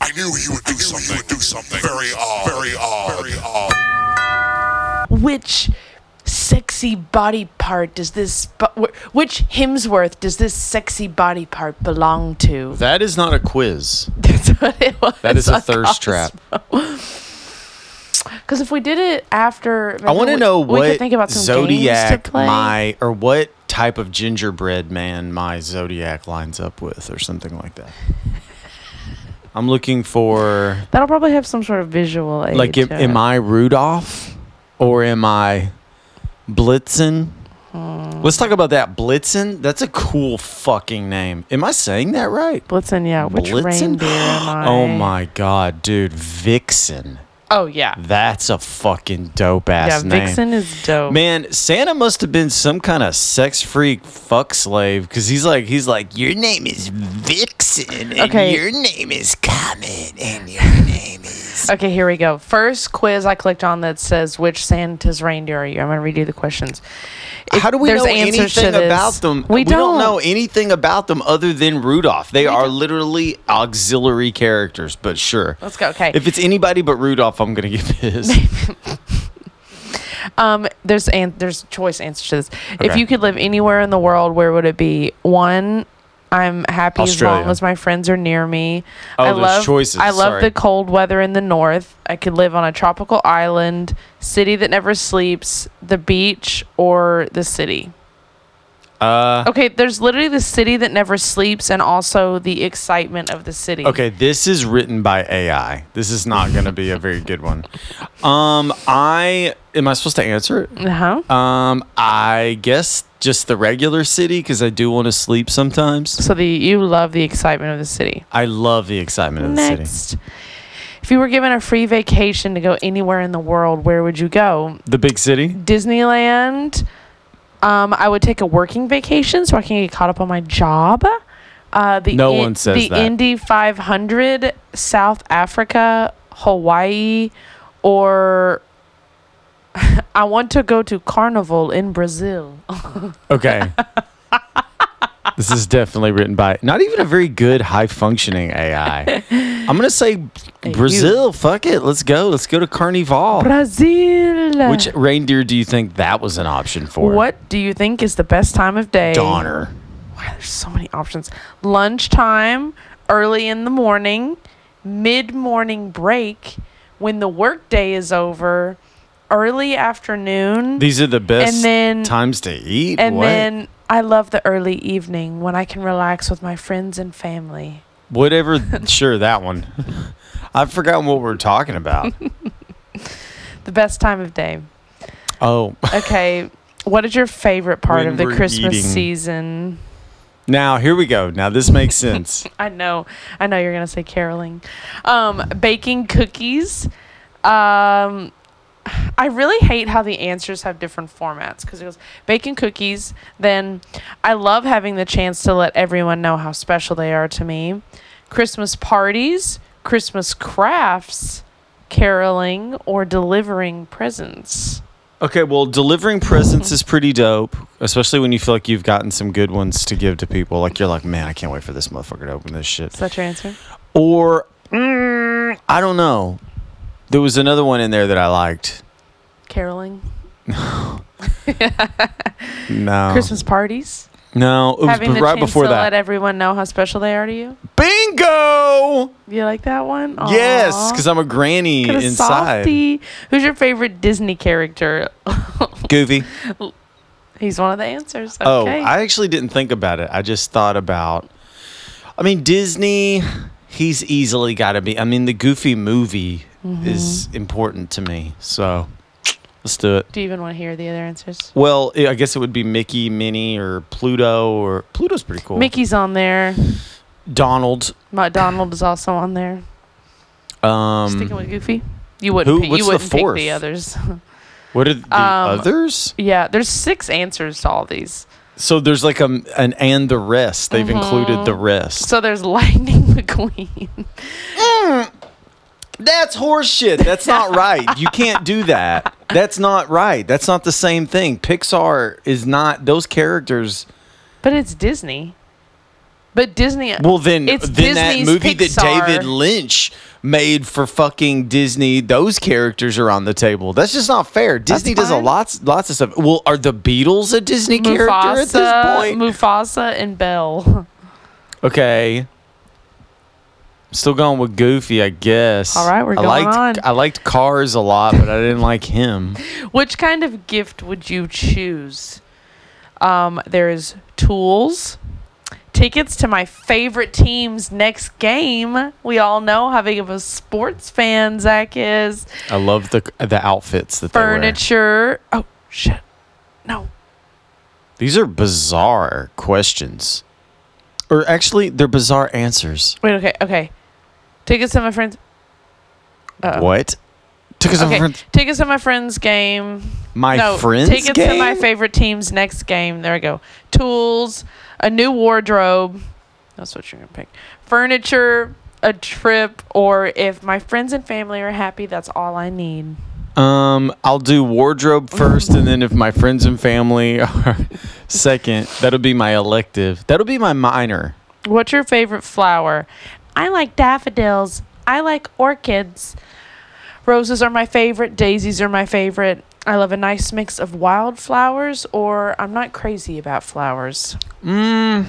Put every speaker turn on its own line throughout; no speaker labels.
I knew he would do something. He would do something very odd. Very odd. Very odd.
Which sexy body part does this? bo- wh- Which Hemsworth does this sexy body part belong to?
That is not a quiz.
That's what it was.
That is a thirst trap.
Because if we did it after,
I want to know
we,
what
could think about some games to
zodiac
play.
my or what type of gingerbread man my zodiac lines up with, or something like that. I'm looking for
That'll probably have some sort of visual aid.
like, am,
to
am
it.
I Rudolph or am I Blitzen?
Hmm.
Let's talk about that Blitzen. That's a cool fucking name. Am I saying that right?
Blitzen? Yeah, which
Blitzen?
reindeer am I?
Oh my god, dude, Vixen.
Oh yeah,
That's a fucking dope
yeah.
ass name.
Vixen is dope.
Man, Santa must have been some kind of sex freak fuck slave because he's like he's like your name is Vixen and
Okay.
your name is Comet and your name is
Okay, here we go. First quiz I clicked on that says which Santa's reindeer are you? I'm gonna read you the questions. If
How do we
there's
know
answers to
anything
this-
about them?
We, don't,
know anything about them other than Rudolph. They are literally auxiliary characters, but sure.
Let's go. Okay.
If it's anybody but Rudolph, I'm gonna get pissed.
Um, there's an there's choice answers to this. If
Okay.
you could live anywhere in the world, where would it be? One, I'm happy as
Australia.
long as my friends are near me.
Oh,
I
there's
love
choices,
I love
sorry.
the cold weather in the north. I could live on a tropical island, city that never sleeps, the beach, or the city.
Uh,
Okay, there's literally the city that never sleeps, and also the excitement of the city.
Okay, this is written by AI. This is not going to be a very good one. Um, I am I supposed to answer it?
Uh huh.
Um, I guess just the regular city because I do want to sleep sometimes.
So the you love the excitement of the city.
I love the excitement of the city.
Next. If you were given a free vacation to go anywhere in the world, where would you go?
The big city.
Disneyland. Um, I would take a working vacation so I can get caught up on my job. Uh, the
No
In-
one says
the
that.
Indy 500, South Africa, Hawaii, or I want to go to Carnival in Brazil.
Okay. this is definitely written by not even a very good high functioning AI. I'm gonna say Brazil. Fuck it, let's go. Let's go to Carnival.
Brazil.
Which reindeer do you think that was an option for?
What do you think is the best time of day?
Donner.
Wow, there's so many options. Lunchtime, early in the morning, mid morning break, when the workday is over, early afternoon,
These are the best
then-
times to eat.
and
what?
then I love the early evening when I can relax with my friends and family.
whatever. sure, that one. I've forgotten what we're talking about.
The best time of day.
oh,
Okay. What is your favorite part
When
of the
we're
Christmas
eating.
season?
now here we go. Now this makes sense.
I know, I know you're gonna say caroling, um, baking cookies. Um, I really hate how the answers have different formats because it goes baking cookies. Then I love having the chance to let everyone know how special they are to me. Christmas parties, Christmas crafts, caroling, or delivering presents.
Okay, well, delivering presents is pretty dope, especially when you feel like you've gotten some good ones to give to people. Like you're like, man, I can't wait for this motherfucker to open this shit.
Is that your answer?
Or mm, I don't know. There was another one in there that I liked.
Caroling,
No,
Christmas parties,
no, it was
having
b-
the
right
chance
before
to let
that.
everyone know how special they are to you.
Bingo!
You like that one?
Yes, because I'm a granny
Kinda
inside.
softy. Who's your favorite Disney character?
Goofy.
He's one of the answers.
Oh,
Okay.
I actually didn't think about it. I just thought about. I mean, Disney. He's easily got to be. I mean, the Goofy movie
Mm-hmm.
is important to me. So let's do it.
Do you even want to hear the other answers?
Well, I I guess it would be Mickey, Minnie, or Pluto. Or Pluto's pretty cool.
Mickey's on there.
Donald.
McDonald is also on there. Sticking
Um,
with Goofy. You wouldn't.
who-
pick,
what's
you
the
wouldn't pick
fourth?
the others.
what are the
Um,
others?
yeah, there's six answers to all these.
So there's like a, an and the rest.
Mm-hmm.
They've included the rest.
So there's Lightning McQueen.
That's horseshit. That's not right. You can't do that. That's not right. That's not the same thing. Pixar is not those characters.
But it's Disney. But Disney.
Well, then,
it's
then that
Disney's
movie
Pixar.
that David Lynch made for fucking Disney, those characters are on the table. That's just not fair. Disney does a
fine.
lots, lots of stuff. Well, are the Beatles a Disney character at this
Mufasa,
point?
Mufasa and Belle.
okay. Still going with Goofy, I guess.
All right, we're
I
going
liked,
on.
I liked Cars a lot, but I didn't like him.
Which kind of gift would you choose? Um, there is tools, tickets to my favorite team's next game. We all know how big of a sports fan Zach is.
I love the the outfits that they wear.
Furniture. Oh shit! No,
These are bizarre questions. Or actually, they're bizarre answers.
wait. Okay, okay. Tickets to my friends. Uh-oh.
What? Took us
Okay,
over
tickets to my friend's game.
my
no,
friends
tickets
game?
to my favorite team's next game. There we go. Tools, a new wardrobe. That's what you're gonna pick. Furniture, a trip, or if my friends and family are happy, that's all I need.
um, I'll do wardrobe first, and then if my friends and family are second, that'll be my elective. That'll be my minor.
What's your favorite flower? I like daffodils. I like orchids. Roses are my favorite. Daisies are my favorite. I love a nice mix of wildflowers, or I'm not crazy about flowers. Mm.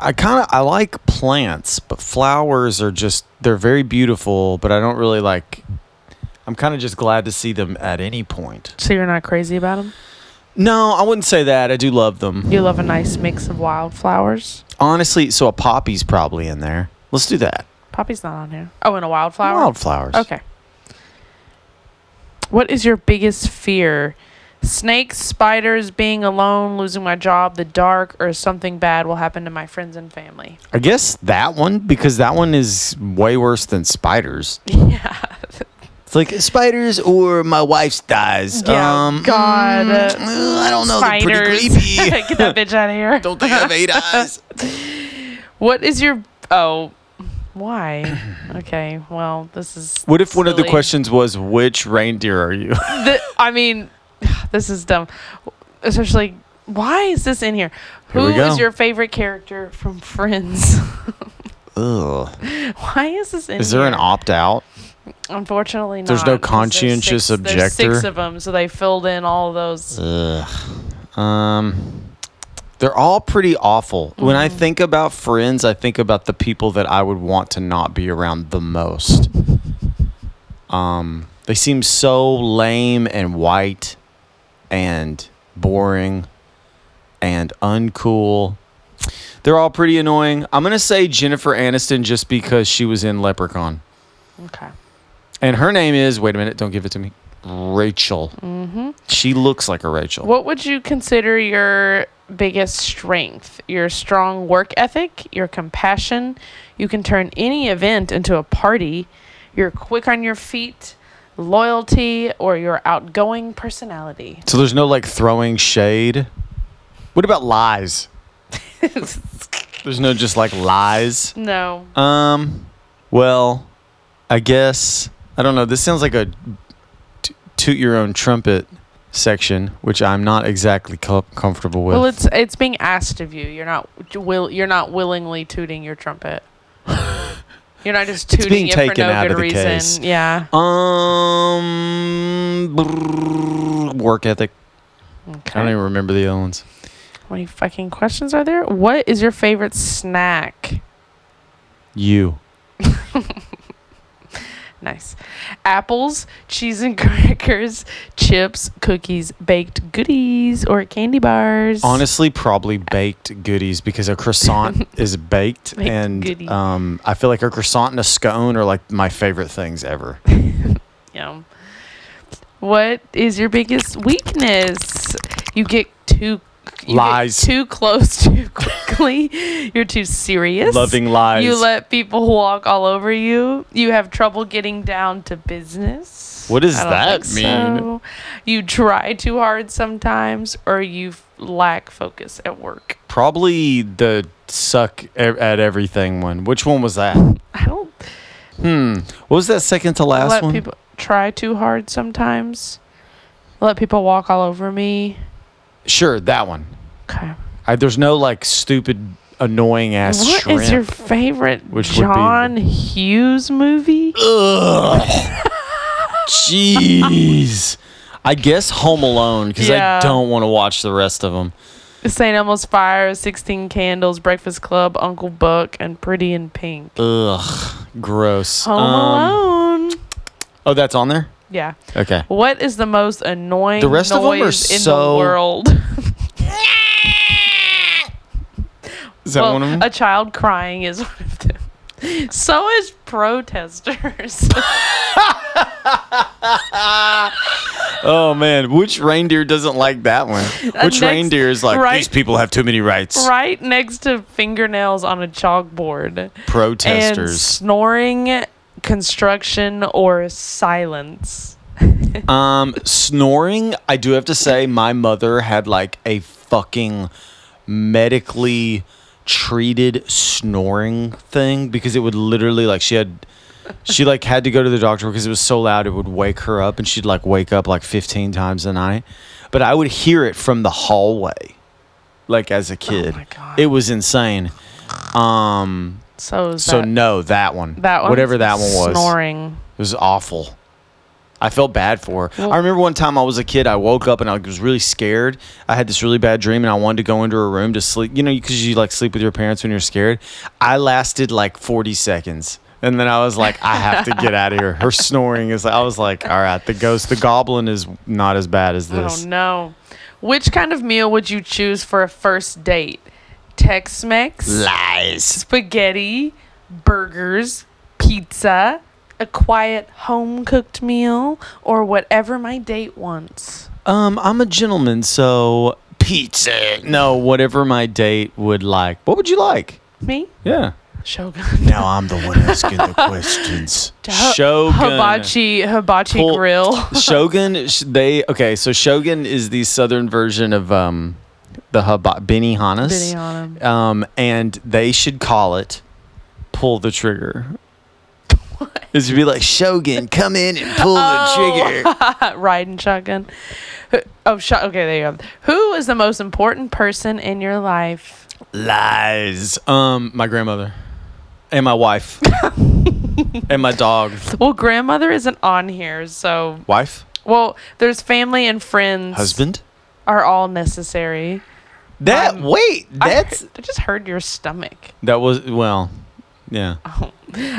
I kind of I like plants, but flowers are just they're very beautiful, but I don't really like. I'm kind of just glad to see them at any point.
So you're not crazy about them?
No, I wouldn't say that. I do love them.
You love a nice mix of wildflowers.
Honestly, so a poppy's probably in there. Let's do that.
Poppy's not on here. Oh, and a wildflower.
Wildflowers.
Okay. What is your biggest fear? Snakes, spiders, being alone, losing my job, the dark, or something bad will happen to my friends and family.
I guess that one because that one is way worse than spiders.
Yeah.
It's like spiders or my wife's thighs.
Yeah,
um,
God, uh,
mm, uh, I don't know. They're pretty
Spiders.
creepy.
Get that bitch out of here.
don't they have eight eyes?
What is your oh why? okay, well, this is
What if one of the
silly.
questions was which reindeer are you?
The, I mean, this is dumb. Especially, why is this in here?
Here
Who
we
is
go.
your favorite character from Friends?
Ugh.
why is this in
Is there an
here?
opt out?
Unfortunately, not.
There's no
'cause
conscientious
six, There's six
objector?
of them, so they filled in all of those.
Ugh. Um, they're all pretty awful. When I think about friends, I think about the people that I would want to not be around the most. Um, they seem so lame and white and boring and uncool. They're all pretty annoying. I'm going to say Jennifer Aniston just because she was in Leprechaun.
Okay.
And her name is, wait a minute, don't give it to me, Rachel. Mm-hmm. She looks like a Rachel.
What would you consider your biggest strength? Your strong work ethic, your compassion. You can turn any event into a party. You're quick on your feet, loyalty, or your outgoing personality.
So there's no like throwing shade. What about lies? there's no just like lies.
No.
Um, well, I guess I don't know. This sounds like a t- toot your own trumpet section, which I'm not exactly com- comfortable with.
Well, it's it's being asked of you. You're not will you're not willingly tooting your trumpet. You're not just
It's
tooting
being
it for
taken
no
out
good
of the
reason.
case.
Yeah.
um, brrr, work ethic. I don't
Okay.
even remember the other ones.
How many fucking questions are there? What is your favorite snack?
You.
Nice. Apples, cheese and crackers, chips, cookies, baked goodies, or candy bars.
Honestly, probably baked goodies because a croissant is baked,
Baked
and
goodie.
um, I feel like a croissant and a scone are like my favorite things ever.
Yum. What is your biggest weakness? You get too you get
Lies.
too close too quickly. You're too serious.
Loving lies.
You let people walk all over you. You have trouble getting down to business.
What does
I don't
that
think
mean?
so. You try too hard sometimes, or you f- lack focus at work.
probably the suck e- at everything one. Which one was that?
I don't
Hmm. What was that second to last
let
one?
people try too hard sometimes. Let people walk all over me.
sure, that one.
Okay.
I, there's no like stupid annoying
What
ass
is
shrimp.
your favorite
Which would be-
John Hughes movie?
Ugh. Jeez. I guess Home Alone because
Yeah.
I don't want to watch the rest of them.
St. Elmo's Fire, 16 Candles, Breakfast Club, Uncle Buck, and Pretty in Pink.
Ugh, gross.
Home
Um,
Alone.
Oh, that's on there.
Yeah.
Okay.
What is the most annoying
The rest of 'em are
noise in
so-
the world?
Is that
well,
one of them?
a child crying is one of them. So is protesters.
oh man, which reindeer doesn't like that one? Which
Uh, next-
reindeer is like
right-
these people have too many rights?
right next to fingernails on a chalkboard. And
Protesters.
snoring, construction, or silence.
Um, snoring. I do have to say, my mother had like a fucking medically treated snoring thing because it would literally like she had she like had to go to the doctor because it was so loud it would wake her up and she'd like wake up like 15 times a night but i would hear it from the hallway like as a kid
Oh my God.
it was insane um
So is
so
that,
no that one
that one.
whatever that one was
Snoring.
it was awful. I felt bad for her. I remember one time I was a kid. I woke up and I was really scared. I had this really bad dream and I wanted to go into a room to sleep. You know, because you like sleep with your parents when you're scared. I lasted like 40 seconds. And then I was like, I have to get out of here. Her snoring is I was like, all right, the ghost, the goblin is not as bad as
Oh
this.
no. Which kind of meal would you choose for a first date? Tex Mex,
Lies.
spaghetti, burgers, pizza, a quiet home cooked meal, or whatever my date wants.
Um, I'm a gentleman, so pizza. No, whatever my date would like. What would you like?
Me?
Yeah.
Shogun.
Now I'm the one asking the questions.
Ho-
Shogun.
Hibachi hibachi
Pull-
grill.
Shogun. sh- They okay. So Shogun is the southern version of um, the hibachi Benihana's.
Benihana.
Um, and they should call it "Pull the Trigger." It should be like Shogun, come in and pull the
Oh.
trigger.
Riding shotgun. Who- Oh, shot. Okay, there you go. Who is the most important person in your life?
Lies. Um, my grandmother, and my wife, and my dog.
Well, grandmother isn't on here, so
Wife,
Well, there's family and friends.
husband.
are all necessary.
That
Um,
wait.
I heard-
That's
I, just heard your stomach.
that was well. Yeah.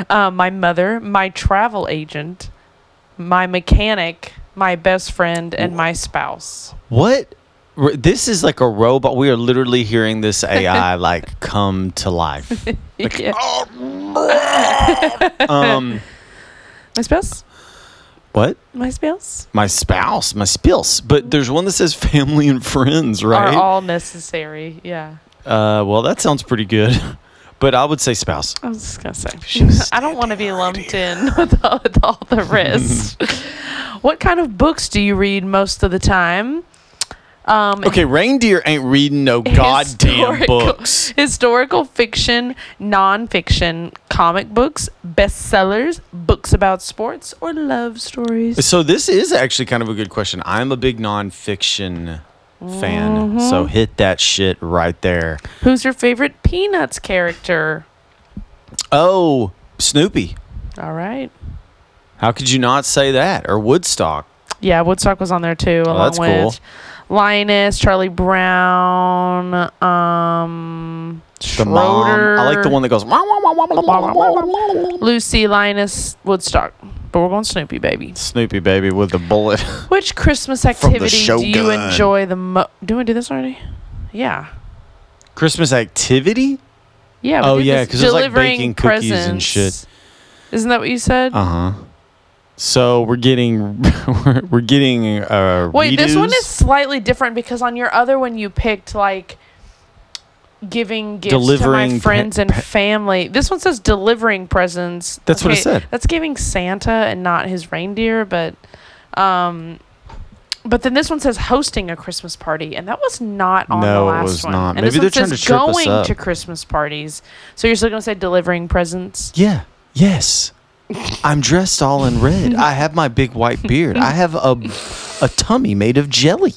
Uh, my mother, my travel agent, my mechanic, my best friend, and my spouse.
What? R- This is like a robot. We are literally hearing this AI like come to life.
Yeah.
Um,
My spouse.
what?
My spouse
My spouse, my spills. But there's one that says family and friends,
are
right?
all necessary. Yeah,
Uh, well, that sounds pretty good. But I would say spouse.
I was just gonna say. I don't want to be lumped in with all, with all the rest. what kind of books do you read most of the time? Um,
Okay, reindeer ain't reading no goddamn
Historical-
books.
Historical fiction, nonfiction, comic books, bestsellers, books about sports, or love stories.
So this is actually kind of a good question. I'm a big nonfiction fan,
Mm-hmm.
so hit that shit right there.
Who's your favorite Peanuts character?
Oh, Snoopy.
All right.
How could you not say that? Or Woodstock.
Yeah, Woodstock was on there too, along
Oh, that's
with
cool.
Linus, Charlie Brown, um,
The mom. I like the one that goes. "Wah, wah, wah, wah, wah, wah, wah, wah, wah, wah, wah."
Lucy, Linus, Woodstock. But we're going Snoopy, baby.
Snoopy baby with the bullet.
Which Christmas
From the
activity do you
Shogun.
enjoy the most? Do we do this already? Yeah.
Christmas activity?
Yeah. we
Oh,
did
yeah,
this.
'cause it's like
Delivering
baking cookies and shit.
Isn't that what you said?
Uh huh. So we're getting we're, we're getting uh
Wait, this one
redos.
is slightly different because on your other one you picked like giving gifts
Delivering
to my
pre-
friends and family. This one says delivering presents.
That's what it said.
That's giving Santa and not his reindeer, but um but then this one says hosting a Christmas party, and that was not on the
No, it
last
was
one.
not.
And
Maybe
this one
they're
says
trying to trip us
going
up.
to Christmas parties. So you're still gonna say delivering presents?
Yeah. Yes. I'm dressed all in red. I have my big white beard. I have a a tummy made of jelly.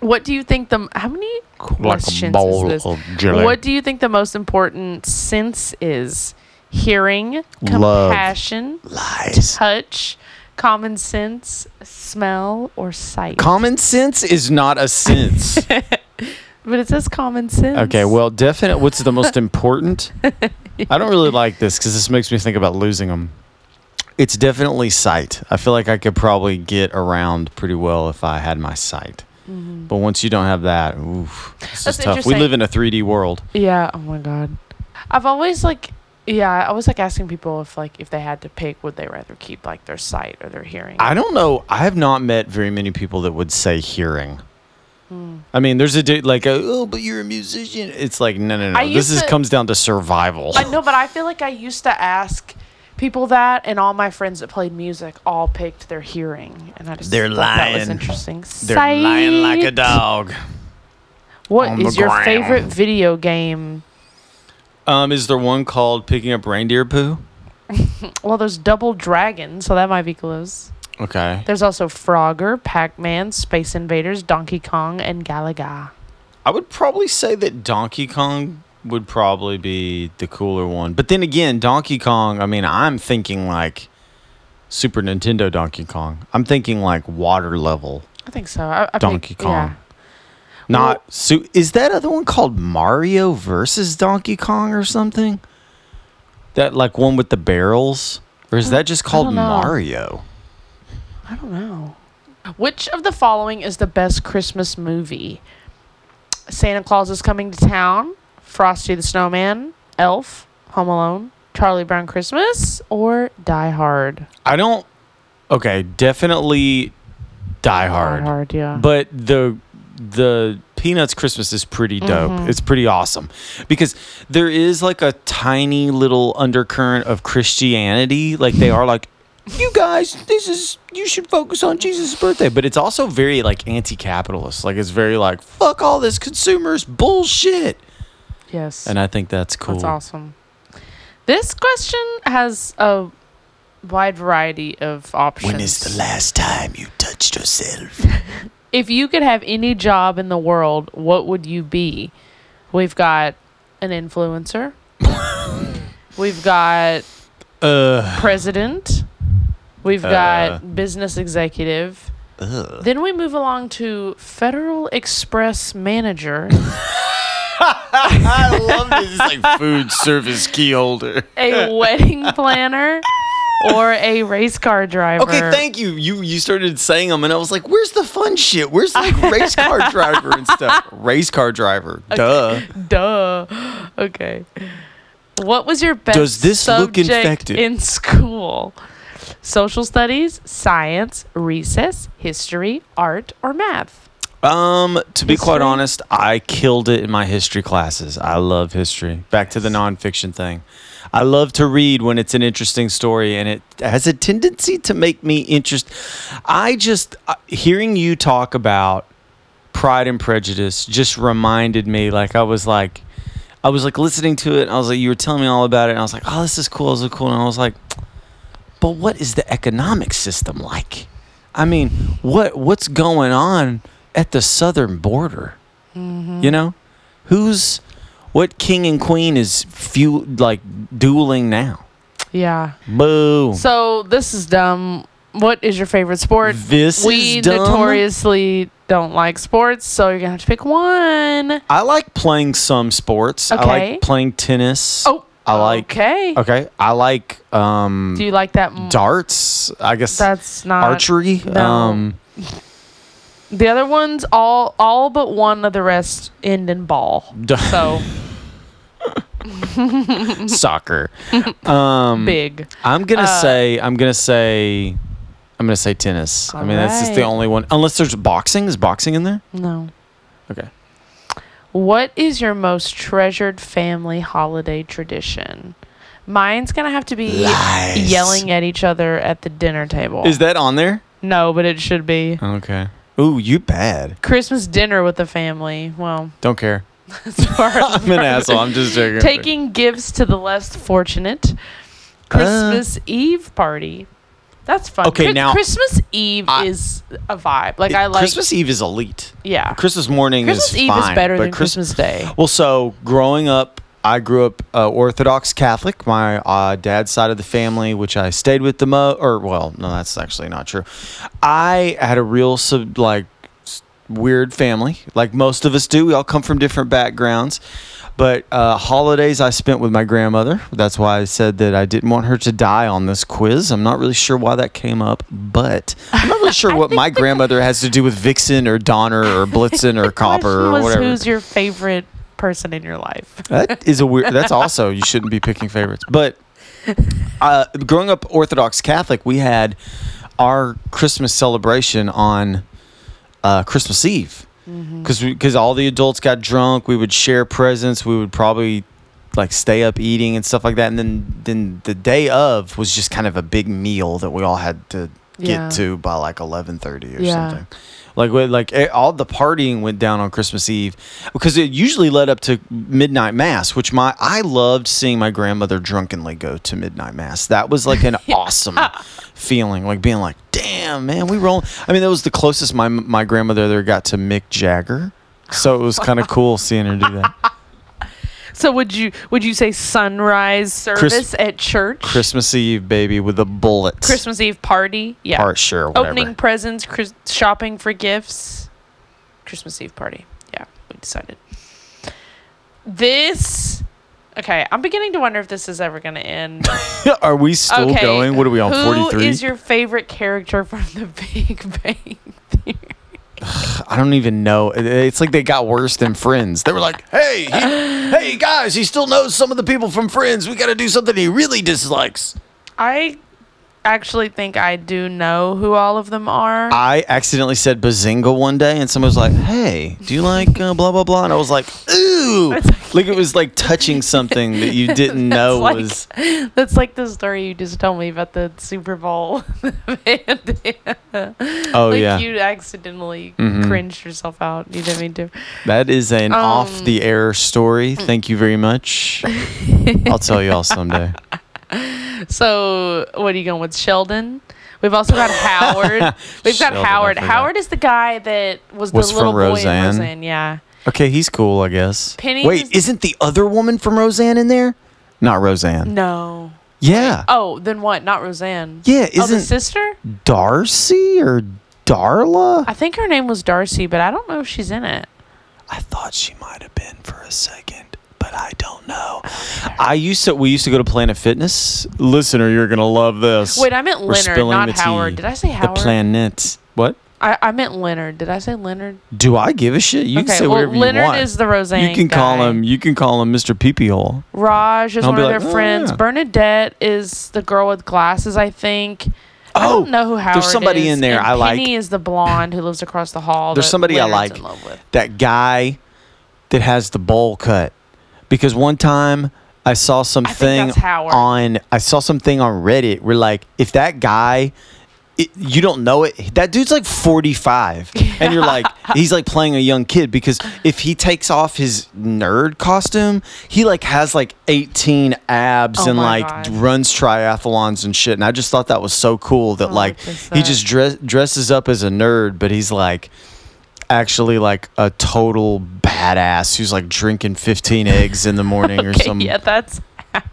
What do you think the how many questions
bowl
is this?
of jelly.
What do you think the most important sense is? Hearing,
Love.
compassion,
Lies.
touch, common sense, smell, or sight.
Common sense is not a sense.
but it says common sense.
okay, well, definite. What's the most important? I don't really like this because this makes me think about losing them. It's definitely sight. I feel like I could probably get around pretty well if I had my sight. But once you don't have that, oof,
Mm-hmm.
this
That's
is tough. We
interesting.
live in a 3D world.
Yeah. Oh my god. I've always like, yeah, I was like asking people if like if they had to pick, would they rather keep like their sight or their hearing?
I don't know. I have not met very many people that would say hearing.
Hmm.
I mean, there's a dude like, oh, but you're a musician. It's like, no, no,
I
no. This
used
is,
to-
comes down to survival.
I know, but I feel like I used to ask people that, and all my friends that played music all picked their hearing, and I just
They're
thought That was
lying.
interesting.
They're lying like a
Sight.
dog.
What
on the
is your
ground.
favorite video game?
Um, is there one called picking up reindeer poo?
Well, there's Double Dragon, so that might be close.
Okay,
There's also Frogger, Pac-Man, Space Invaders, Donkey Kong, and Galaga.
I would probably say that Donkey Kong would probably be the cooler one. But then again, Donkey Kong. I mean, I'm thinking like Super Nintendo Donkey Kong. I'm thinking like water level
I think so. I, I
Donkey
pick- yeah.
Kong. Not su- is that other one called Mario versus Donkey Kong or something? That like one with the barrels, or is that just called
don't know.
Mario?
I don't know. Which of the following is the best Christmas movie? Santa Claus is Coming to Town, Frosty the Snowman, Elf, Home Alone, Charlie Brown Christmas, or Die Hard?
I don't. Okay, definitely Die Hard.
Die Hard, yeah.
But the the Peanuts Christmas is pretty dope. It's pretty awesome because there is like a tiny little undercurrent of Christianity. Like they are like. You guys, this is you should focus on Jesus' birthday, but it's also very like anti-capitalist. Like it's very like fuck all this consumers bullshit,
yes.
and I think that's cool.
That's awesome. This question has a wide variety of options.
When is the last time you touched yourself?
if you could have any job in the world, what would you be? We've got an influencer. We've got
Uh,
president. We've got
Uh.
business executive.
ugh.
Then we move along to Federal Express manager,
I love this. It's like food service key holder.
a wedding planner, or a race car driver.
Okay, thank you. You you started saying them, and I was like, "Where's the fun shit? Where's like race car driver and stuff? Race car driver, duh."
Duh. Okay. What was your best
Does this look
subject
infected?
in school? Social studies, science, recess, history, art, or math?
Um, to be quite
History?
honest, I killed it in my history classes. I love history. Back to the nonfiction thing. I love to read when it's an interesting story, and it has a tendency to make me interest. I just uh, hearing you talk about Pride and Prejudice just reminded me. Like I was like, I was like listening to it. And I was like, you were telling me all about it, and I was like, oh, this is cool. This is cool. And I was like, but what is the economic system like? I mean, what what's going on at the southern border?
Mm-hmm.
You know, who's what king and queen is fuel like dueling now?
Yeah.
Boo.
So this is dumb. What is your favorite sport?
This is
we
dumb?
notoriously don't like sports, so you're gonna have to pick one.
I like playing some sports. I
Okay.
like playing tennis.
Oh,
I like
okay.
Okay, I like um
Do you like that? m-
darts. I guess
That's not
archery.
no.
Um
The other ones, all all but one of the rest end in ball.
d-
So
soccer. Hmm.
big.
I'm gonna
Uh,
say I'm gonna say I'm gonna say tennis. I mean that's just the
Alright.
only one. Unless there's boxing. Is boxing in there?
No.
Okay.
What is your most treasured family holiday tradition? Mine's gonna have to be
Lies.
yelling at each other at the dinner table.
Is that on there?
no, but it should be
Okay. Ooh, you bad.
Christmas dinner with the family. Well,
Don't care.
as far as
I'm an asshole. I'm just joking. Uh.
taking gifts to the less fortunate, Christmas Eve party, That's fun.
Okay,
Chri-
now-
Christmas Eve
I-
is a vibe. Like I like
Christmas Eve is elite.
Yeah.
Christmas morning
Christmas
is
Eve
fine,
is better
but
than Christmas, Day.
Well, so growing up, I grew up uh, Orthodox Catholic. My uh, dad's side of the family, which I stayed with the mo, or well, no, that's actually not true. I had a real sub like s- weird family, like most of us do. We all come from different backgrounds. But uh, holidays I spent with my grandmother. That's why I said that I didn't want her to die on this quiz. I'm not really sure why that came up, but I'm not really sure what my grandmother has to do with Vixen or Donner or Blitzen or Copper
Question
or
was
whatever.
who's your favorite person in your life?
That is a weird. That's also you shouldn't be picking favorites. But uh, growing up Orthodox Catholic, we had our Christmas celebration on uh, Christmas Eve because because all the adults got drunk. We would share presents. We would probably like stay up eating and stuff like that. And then then the day of was just kind of a big meal that we all had to get
Yeah.
to by like eleven thirty or
Yeah.
something. Like we- like eh, all the partying went down on Christmas Eve because it usually led up to midnight mass, which my I loved seeing my grandmother drunkenly go to midnight mass. That was like an awesome feeling, like being like, "Damn, man, we roll." I mean, that was the closest my my grandmother ever got to Mick Jagger, so it was kind of cool seeing her do that.
So would you would you say sunrise service at church?
Christmas Eve, baby, with the bullets.
Christmas Eve party? Yeah.
Or sure, whatever.
Opening presents, Chris- shopping for gifts. Christmas Eve party. Yeah, we decided. This Okay, I'm beginning to wonder if this is ever going to end.
are we still
okay,
going? What are we on? Forty
Who
three.
is your favorite character from The Big Bang Theory?
I don't even know. It- It's like they got worse than Friends. They were like, "Hey, he, hey guys, he still knows some of the people from Friends. We got to do something he really dislikes."
I actually think I do know who all of them are.
I accidentally said Bazinga one day, and someone was like, "Hey, do you like uh, blah blah blah?" And I was like, "Ooh!" Like, it was like touching something that you didn't know
like-
was.
That's like the story you just told me about the Super Bowl.
Oh
like
yeah, Mm-hmm.
you accidentally cringed yourself out. You didn't mean to.
that is an
Um, mm.
off the air story. Thank you very much. I'll tell y'all someday.
So what are you going with, Sheldon? We've also got Howard. We've got
Sheldon, I
Howard.
forgot.
Howard is the guy that was the
Was from
little boy
Roseanne?
in Roseanne. Yeah.
Okay, he's cool, I guess.
Penny
Wait,
is-
isn't the other woman from Roseanne in there? Not Roseanne.
No.
Yeah.
Oh, then what? Not Roseanne.
Yeah,
oh, the
isn't-
sister?
Darcy or Darla?
I think her name was Darcy, but I don't know if she's in it.
I thought she might have been for a second, but I don't know. I used to we used to go to Planet Fitness. Listener, you're gonna love this.
Wait, I meant
We're
Leonard,
spilling
not
the tea.
Howard. Did I say Howard?
The planet. What?
I, I meant Leonard. Did I say Leonard?
Do I give a shit? You can
okay,
say
well,
whatever
Leonard
you want.
is the Roseanne.
you can call
guy.
him. You can call him Mr. Peepee Hole.
Raj is
I'll
one
be
of
like,
their
"Oh,
friends.
yeah."
Bernadette is the girl with glasses, I think. I
Oh,
don't know who Howard
there's somebody
is,
in there
and
I like.
Penny is the blonde who lives across the hall.
There's
that
somebody I
Leonard's
like.
in love with.
that guy that has the bowl cut because one time I saw something
that's Howard.
on I saw something on Reddit where like if that guy it, you don't know it that dude's like 45 and you're like he's like playing a young kid because if he takes off his nerd costume he like has like 18 abs
Oh
and
my
like
God.
runs triathlons and shit and I just thought that was so cool that
Oh,
like
that's
he
sad.
just dress, dresses up as a nerd but he's like actually like a total badass who's like drinking 15 eggs in the morning or
Okay,
something.
yeah, that's Howard.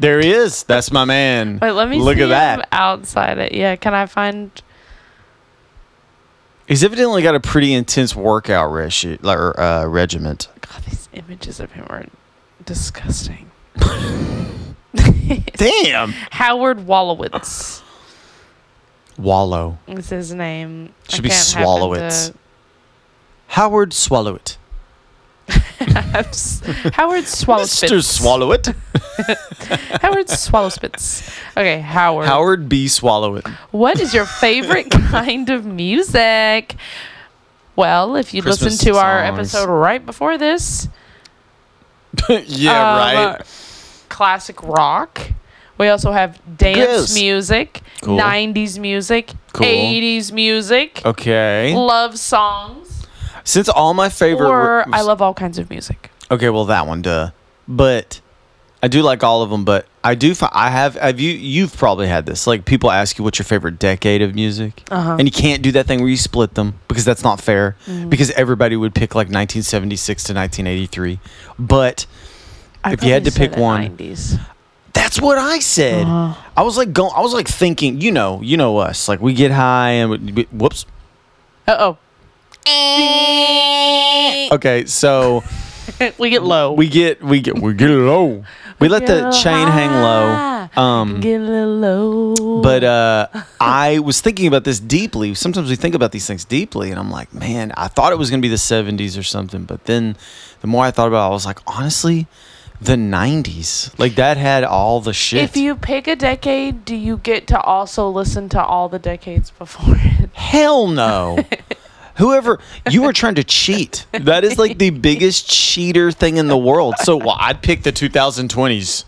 There he is. That's my man.
Wait, let me
look
see
at
him
that.
outside it. Yeah, can I find?
He's evidently got a pretty intense workout regi- like, or, uh, regiment.
God, these images of him are disgusting.
Damn.
Howard Wallowitz
Wallow.
is his name. I
Should be
can't happen
Swallowitz.
to-
Howard Swallow it.
I'm s- Howard Swallowspitz.
Mr. Swallow it.
Howard Swallowspitz. Okay, Howard.
Howard B. Swallow it.
What is your favorite kind of music? Well, if you
Christmas
listened to our
songs.
episode right before this,
yeah,
um,
right.
classic rock. We also have dance
Yes.
music,
Cool.
90s music,
Cool.
80s music,
Okay.
love songs,
Since all my favorite
or
were-
I love all kinds of music.
Okay, well that one, duh. But I do like all of them, but I I do. fi- I have. Have you? You've probably had this. Like people ask you what's your favorite decade of music, uh-huh. and you can't do that thing where you split them because that's not fair. Because everybody would pick like 1976 to 1983, but
I
If you had
probably
to pick
said the
one-
90s.
that's what I said. I was like going. I was like thinking. You know. You know us. Like we get high and we, we- whoops.
Uh
Okay, so
oh, we get low.
we get we get we get low. We let the
Get
chain hang
high.
low. Um,
get a little low.
But uh, I was thinking about this deeply. Sometimes we think about these things deeply, and I'm like, man, I thought it was going to be the 70s or something. But then the more I thought about it, I was like, honestly, the 90s. Like, that had all the shit.
if you pick a decade, do you get to also listen to all the decades before it?
Hell no. Whoever you were trying to cheat. That is like the biggest cheater thing in the world. So well, I'd pick the 2020s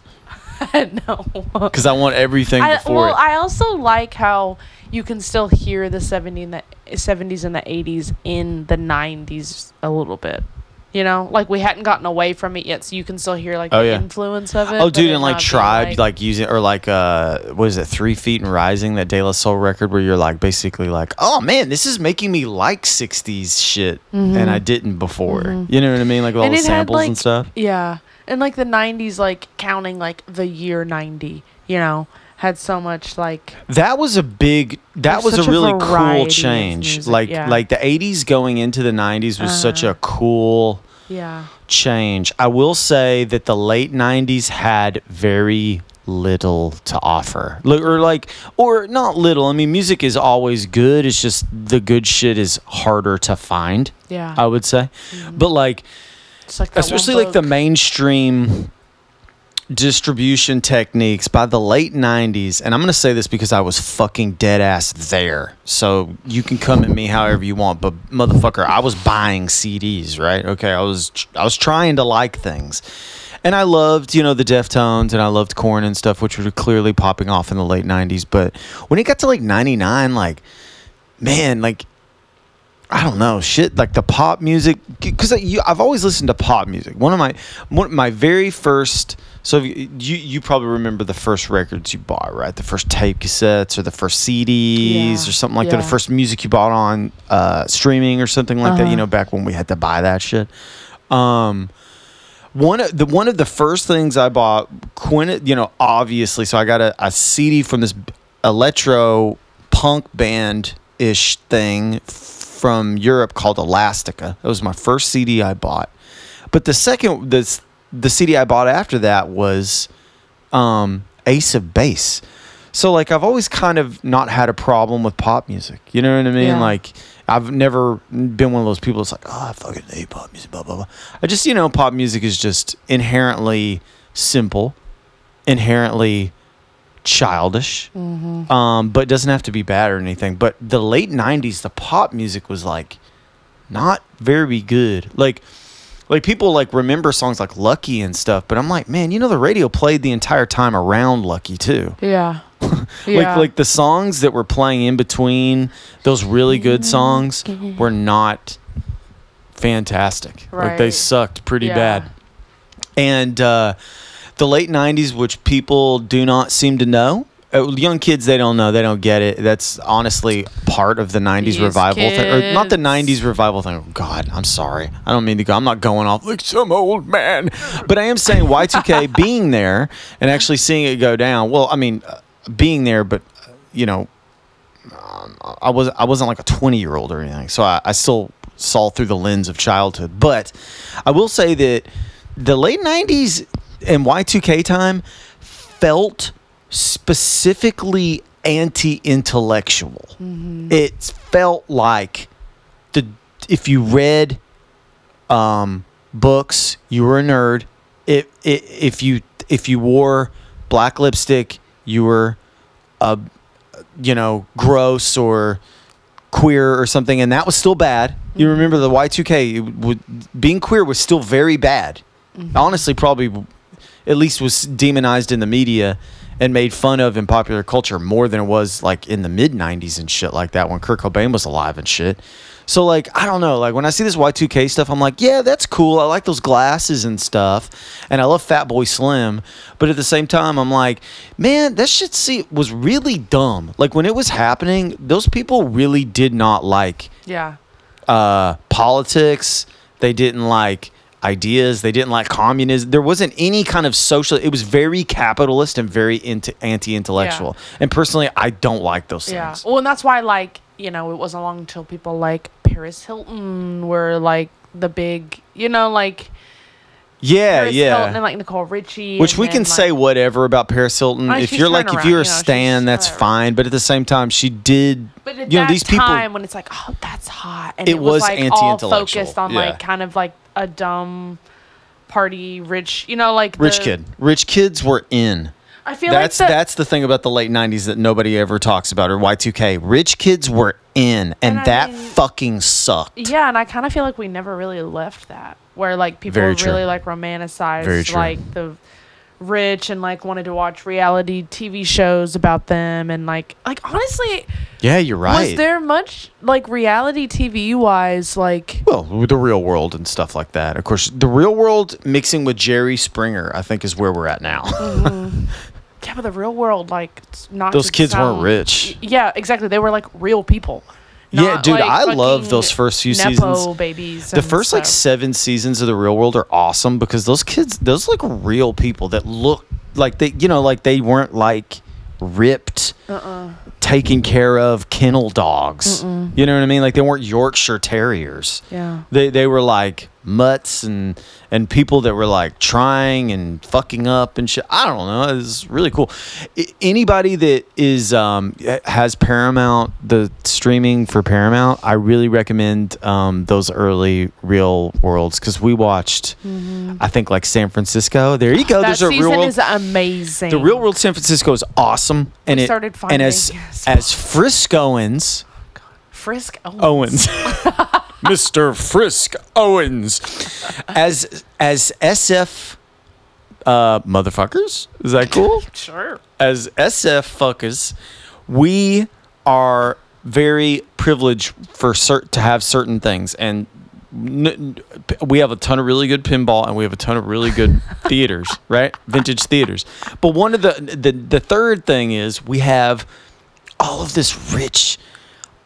no.
because I want everything
I,
before
well,
it.
I also like how you can still hear the 70 and the 70s and the 80s in the 90s a little bit. You know, like we hadn't gotten away from it yet, so you can still hear like
Oh,
the
yeah.
influence of it.
Oh,
but
dude,
it
and
not
like
be,
Tribe, like, using or like uh, what is it, Three Feet and Rising, that De La Soul record, where you're like basically like, oh man, this is making me like '60s shit, and I didn't before. You know what I mean? Like with all
Mm-hmm. And
the
it had,
samples and
like-
stuff.
yeah, and like the 90s, like counting like the year 90. You know, had so much like
That was a big. That
There's
was
such
a
a
really
variety
cool
of
change.
music,
like
yeah. Uh-huh.
like the '80s going into the '90s was such a cool
yeah.
change. I will say that the late '90s had very little to offer, L- or like, or not little. I mean, music is always good. It's just the good shit is harder to find.
Yeah.
I would say, but like,
It's like that one
especially like the
book.
mainstream distribution techniques by the late 90s and i'm going to say this because i was fucking dead ass there so you can come at me however you want but motherfucker i was buying cds right okay i was i was trying to like things and i loved you know the deftones and i loved corn and stuff which were clearly popping off in the late 90s but when it got to like 99 like man like I don't know shit like the pop music because I've always listened to pop music. One of my one my very first so if you you you probably remember the first records you bought right the first tape cassettes or the first CDs
Yeah.
or something like that
Yeah.
the first music you bought on uh, streaming or something like
Uh-huh.
that you know back when we had to buy that shit. Um, one of the one of the first things I bought, Quinn, you know, obviously, so I got a, a CD from this electro punk band ish thing from Europe called Elastica. That was my first CD I bought. But the second this the CD I bought after that was um, Ace of Base. So like I've always kind of not had a problem with pop music. You know what I mean?
Yeah.
Like I've never been one of those people that's like, oh, I fucking hate pop music, blah blah blah. I just you know pop music is just inherently simple, inherently childish, um, but doesn't have to be bad or anything. But the late '90s, the pop music was like not very good. Like like people like remember songs like Lucky and stuff, but I'm like, man, you know the radio played the entire time around Lucky too.
yeah. yeah.
Like like the songs that were playing in between those really good songs were not fantastic. Like they
Right.
sucked pretty
Yeah.
bad. And uh the late 90s which people do not seem to know uh, young kids they don't know they don't get it that's honestly part of the 90s
These
revival thing or not the
kids.
90s revival thing oh god i'm sorry i don't mean to go i'm not going off like some old man but i am saying y2k being there and actually seeing it go down well i mean uh, being there but uh, you know I was I wasn't like a twenty year old or anything, so I, I still saw through the lens of childhood. But I will say that the late '90s and Y two K time felt specifically anti intellectual. It felt like the if you read um, books, you were a nerd. If, if if you if you wore black lipstick, you were you know, gross or queer or something, and that was still bad. You remember the Y2K? it would- being queer was still very bad. Honestly, probably at least was demonized in the media and made fun of in popular culture more than it was like in the mid 90s and shit like that when Kurt Cobain was alive and shit. So like I don't know, like when I see this Y2K stuff, I'm like, yeah, that's cool. I like those glasses and stuff, and I love Fat Boy Slim. But at the same time, I'm like, man, that shit see was really dumb. Like when it was happening, those people really did not like
Yeah.
uh, politics. They didn't like ideas. They didn't like communism. There wasn't any kind of social. It was very capitalist and very into anti-intellectual. And personally, I don't like those things.
Yeah. Well, and that's why, like, you know, it wasn't long until people like Paris Hilton were like the big, you know, like
yeah,
Paris
yeah.
Hilton and like Nicole Richie.
Which
and
we
then,
can
like-
say whatever about Paris Hilton.
Uh,
if
she's
you're like, if
turnaround,
you're a
you know, she's
stan, that's
whatever.
fine. But at the same time, she did.
But at
you
that
know, these
time
people.
when it's like, oh, that's hot, and
It
it, was,
was
like all
anti-intellectual,
focused on
yeah.
like kind of like a dumb party rich, you know, like
Rich
the-
kid, rich kids were in.
I feel
That's
like the,
that's the thing about the late '90s that nobody ever talks about, or Y2K. Rich kids were in, and,
And I
that
mean-
fucking sucked.
Yeah, and I kind of feel like we never really left that where like people
Very
really
true.
like romanticized
Very true.
like the rich and like wanted to watch reality TV shows about them and like like honestly
Yeah, you're right.
was there much like reality TV wise like
well, with the real world and stuff like that. Of course, the real world mixing with Jerry Springer, I think, is where we're at now.
Oh, yeah but the real world like it's not
Those
to
kids weren't
sound-
rich.
yeah exactly they were like real people
Yeah,
not,
dude,
like,
I love
fucking
those first few
Nepo
seasons.
babies
the
and
first like
stuff.
seven seasons of the real world are awesome because those kids those like real people that look like they you know like they weren't like ripped taking care of kennel dogs you know what i mean like they weren't yorkshire terriers
Yeah.
they they were like mutts and and people that were like trying and fucking up and shit i don't know it's really cool I, anybody that is um has paramount the streaming for paramount i really recommend um those early real worlds because we watched i think like san francisco there you go
Mm-hmm. that
there's a
season
real world
is amazing
the real world San Francisco is awesome, and
We
it
Mm. started
and
finding
as
spots.
as Friscoans,
Frisk oh, Owens.
Owens. Mr. Frisk Owens. As as SF uh motherfuckers? Is that cool?
sure
As SF fuckers, we are very privileged for cert- to have certain things and n- n- we have a ton of really good pinball and we have a ton of really good theaters, right? Vintage theaters. But one of the the the third thing is we have all of this rich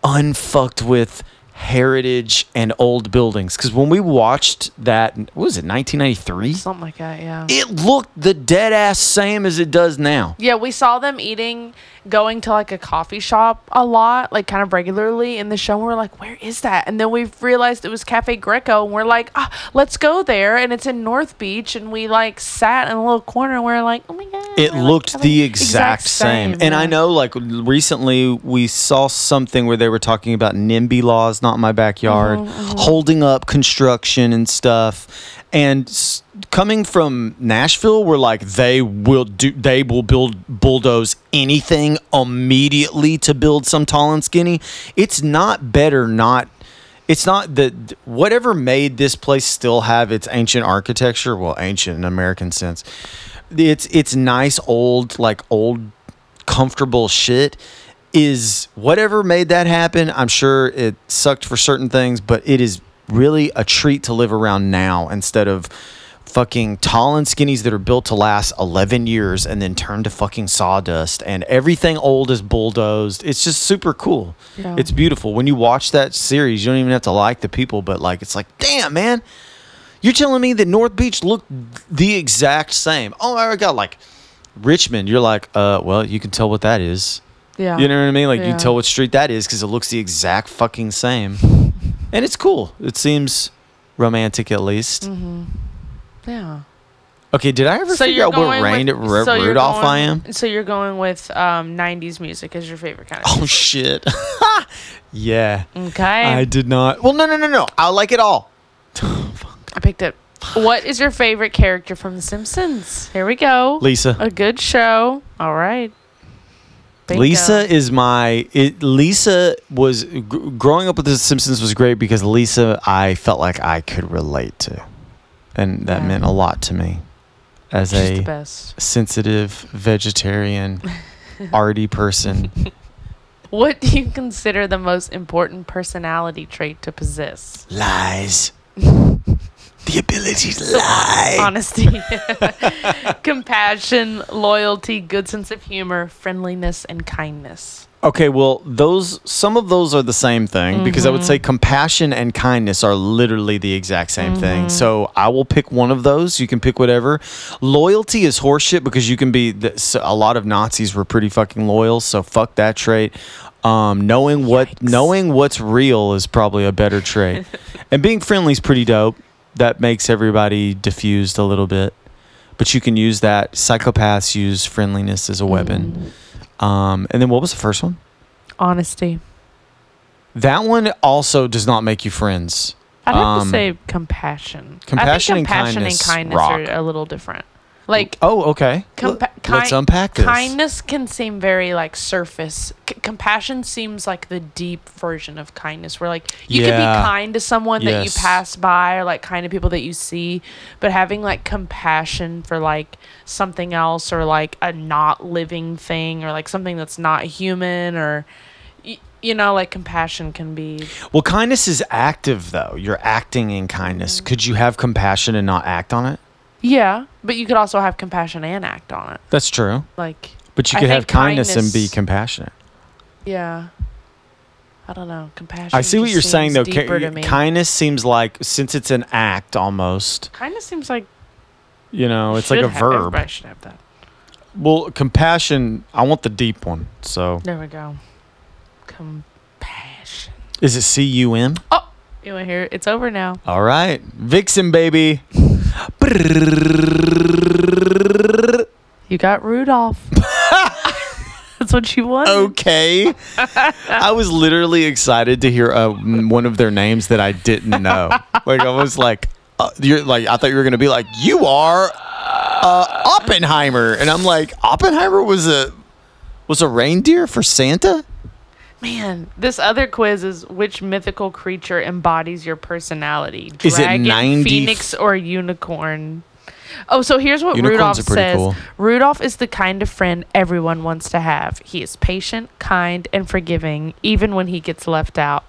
unfucked with heritage and old buildings. Because when we watched that, what was it, 1993?
something like that yeah
It looked the dead ass same as it does now.
Yeah, we saw them eating, going to like a coffee shop a lot, like kind of regularly in the show. And we're like, where is that? And then we realized it was Cafe Greco, and we're like, ah, let's go there. And it's in North Beach, and we like sat in a little corner, and we're like, oh my god,
It
we're, like,
looked
kinda
the exact, same. And I
yeah.
know, like, recently we saw something where they were talking about NIMBY laws, not in my backyard, holding up construction and stuff. And s- coming from Nashville, we're like, they will do, they will build, bulldoze anything immediately to build some tall and skinny. It's not better, not. It's not the whatever made this place still have its ancient architecture. Well, ancient in American sense, it's it's nice old like old comfortable shit is whatever made that happen i'm sure it sucked for certain things but it is really a treat to live around now instead of fucking tall and skinnies that are built to last 11 years and then turn to fucking sawdust and everything old is bulldozed it's just super cool
Yeah.
it's beautiful when you watch that series you don't even have to like the people but like it's like damn man you're telling me that North Beach looked the exact same. Oh my god, like Richmond, you're like, uh, well, you can tell what that is.
Yeah.
You know what I mean? Like you
Yeah.
can tell what street that is because it looks the exact fucking same, and it's cool. It seems romantic at least.
Mm-hmm. Yeah.
Okay, did I ever figure
you're
out what
going
Rain
with-
Ru-
so you're
Rudolph
going-
I am?
So you're going with um, 90s music as your favorite kind of.
Oh shit. yeah.
Okay.
Oh. I
I,
did not. Well, no, no, no, no. I like it all.
picked it. What is your favorite character from The Simpsons? Here we go.
Lisa.
A good show. All right. Bingo.
Lisa is my. It, Lisa was g- growing up with The Simpsons was great because Lisa I felt like I could relate to, and that
Yeah.
meant a lot to me. as
She's the
a
best.
sensitive vegetarian arty person.
What do you consider the most important personality trait to possess?
lies. the ability to lie.
Honesty, compassion, loyalty, good sense of humor, friendliness, and kindness.
Okay, well, those some of those are the same thing because I would say compassion and kindness are literally the exact same thing. So I will pick one of those. You can pick whatever. Loyalty is horseshit because you can be th- so a lot of Nazis were pretty fucking loyal. So fuck that trait. Um, knowing what
Yikes.
knowing what's real is probably a better trait, and being friendly is pretty dope. That makes everybody diffused a little bit, but you can use that. Psychopaths use friendliness as a weapon. Um, and then what was the first one?
Honesty.
That one also does not make you friends.
I'd have
Um,
to say compassion.
compassion
I
and
think compassion and
kindness
kindness,
rock.
are a little different. Like
Oh, okay.
compa-
Let- Let's
ki-
unpack this.
Kindness can seem very like surface. C- compassion seems like the deep version of kindness, where like you can
Yeah.
be kind to someone that
Yes.
you pass by or like kind to people that you see, but having like compassion for like something else or like a not living thing or like something that's not human or y- you know like compassion can be
Well, kindness is active though. You're acting in kindness. Could you have compassion and not act on it?
yeah, but you could also have compassion and act on it.
That's true.
Like
But you
I
could have
think
kindness, and be
kindness-
compassionate.
yeah. I don't know. Compassion.
I see what
just
you're saying though.
seems
Ca-
deeper to me.
kindness seems like since it's an act almost,
kind of seems like
you know, Oh, it's like
should
a
have-
verb.
Everybody should have that.
Well, compassion, I want the deep one. So,
There we go. Compassion.
is it C U M?
Oh, you want to hear? it? It's over now.
All right. Vixen baby.
You got Rudolph. That's what you want.
okay. I was literally excited to hear uh, one of their names that I didn't know. Like I was like, uh, you're like I thought you were gonna be like you are uh, Oppenheimer, and I'm like Oppenheimer was a was a reindeer for Santa.
Man, this other quiz is which mythical creature embodies your personality?
Is it
Dragon,
90
phoenix, or unicorn? Oh, so here's what
Unicorns
Rudolph
are pretty
says.
cool.
Rudolph is the kind of friend everyone wants to have. He is patient, kind, and forgiving, even when he gets left out.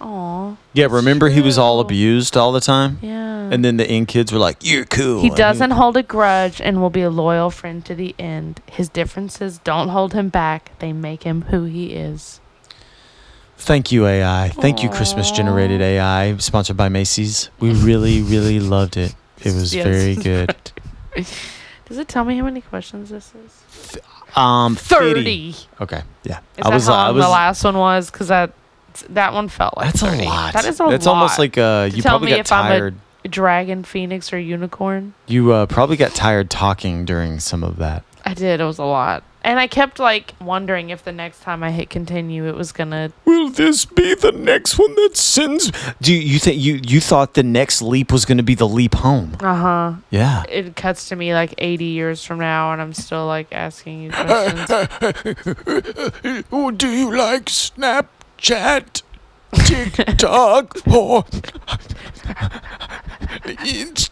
Aw,
Yeah, remember he was all
True.
abused all the time,
yeah.
and then the in kids were like, "You're cool."
He
and
doesn't hold a grudge and will be a loyal friend to the end. His differences don't hold him back, they make him who he is.
Thank you, AI. Thank you, Christmas generated AI, sponsored by Macy's. We really, really loved it. It was
Yes.
very good.
Does it tell me how many questions this is?
Um,
30.
50.
Is
Okay. Yeah. uh,
that how long the last one was? Because that, that one felt like
that's
30.
a lot.
That is a
That's
lot.
almost like uh,
To
you
tell
probably
me
got
if I'm a-
tired.
Dragon, Phoenix, or Unicorn.
you uh, probably got tired talking during some of that.
I did. It was a lot. And I kept like wondering if the next time I hit continue, it was going to.
Will this be the next one that sends? Do you, you think you you thought the next leap was going to be the leap home?
Uh huh.
Yeah.
It cuts to me like 80 years from now, and I'm still like asking you questions.
Oh, do you like Snapchat, TikTok, or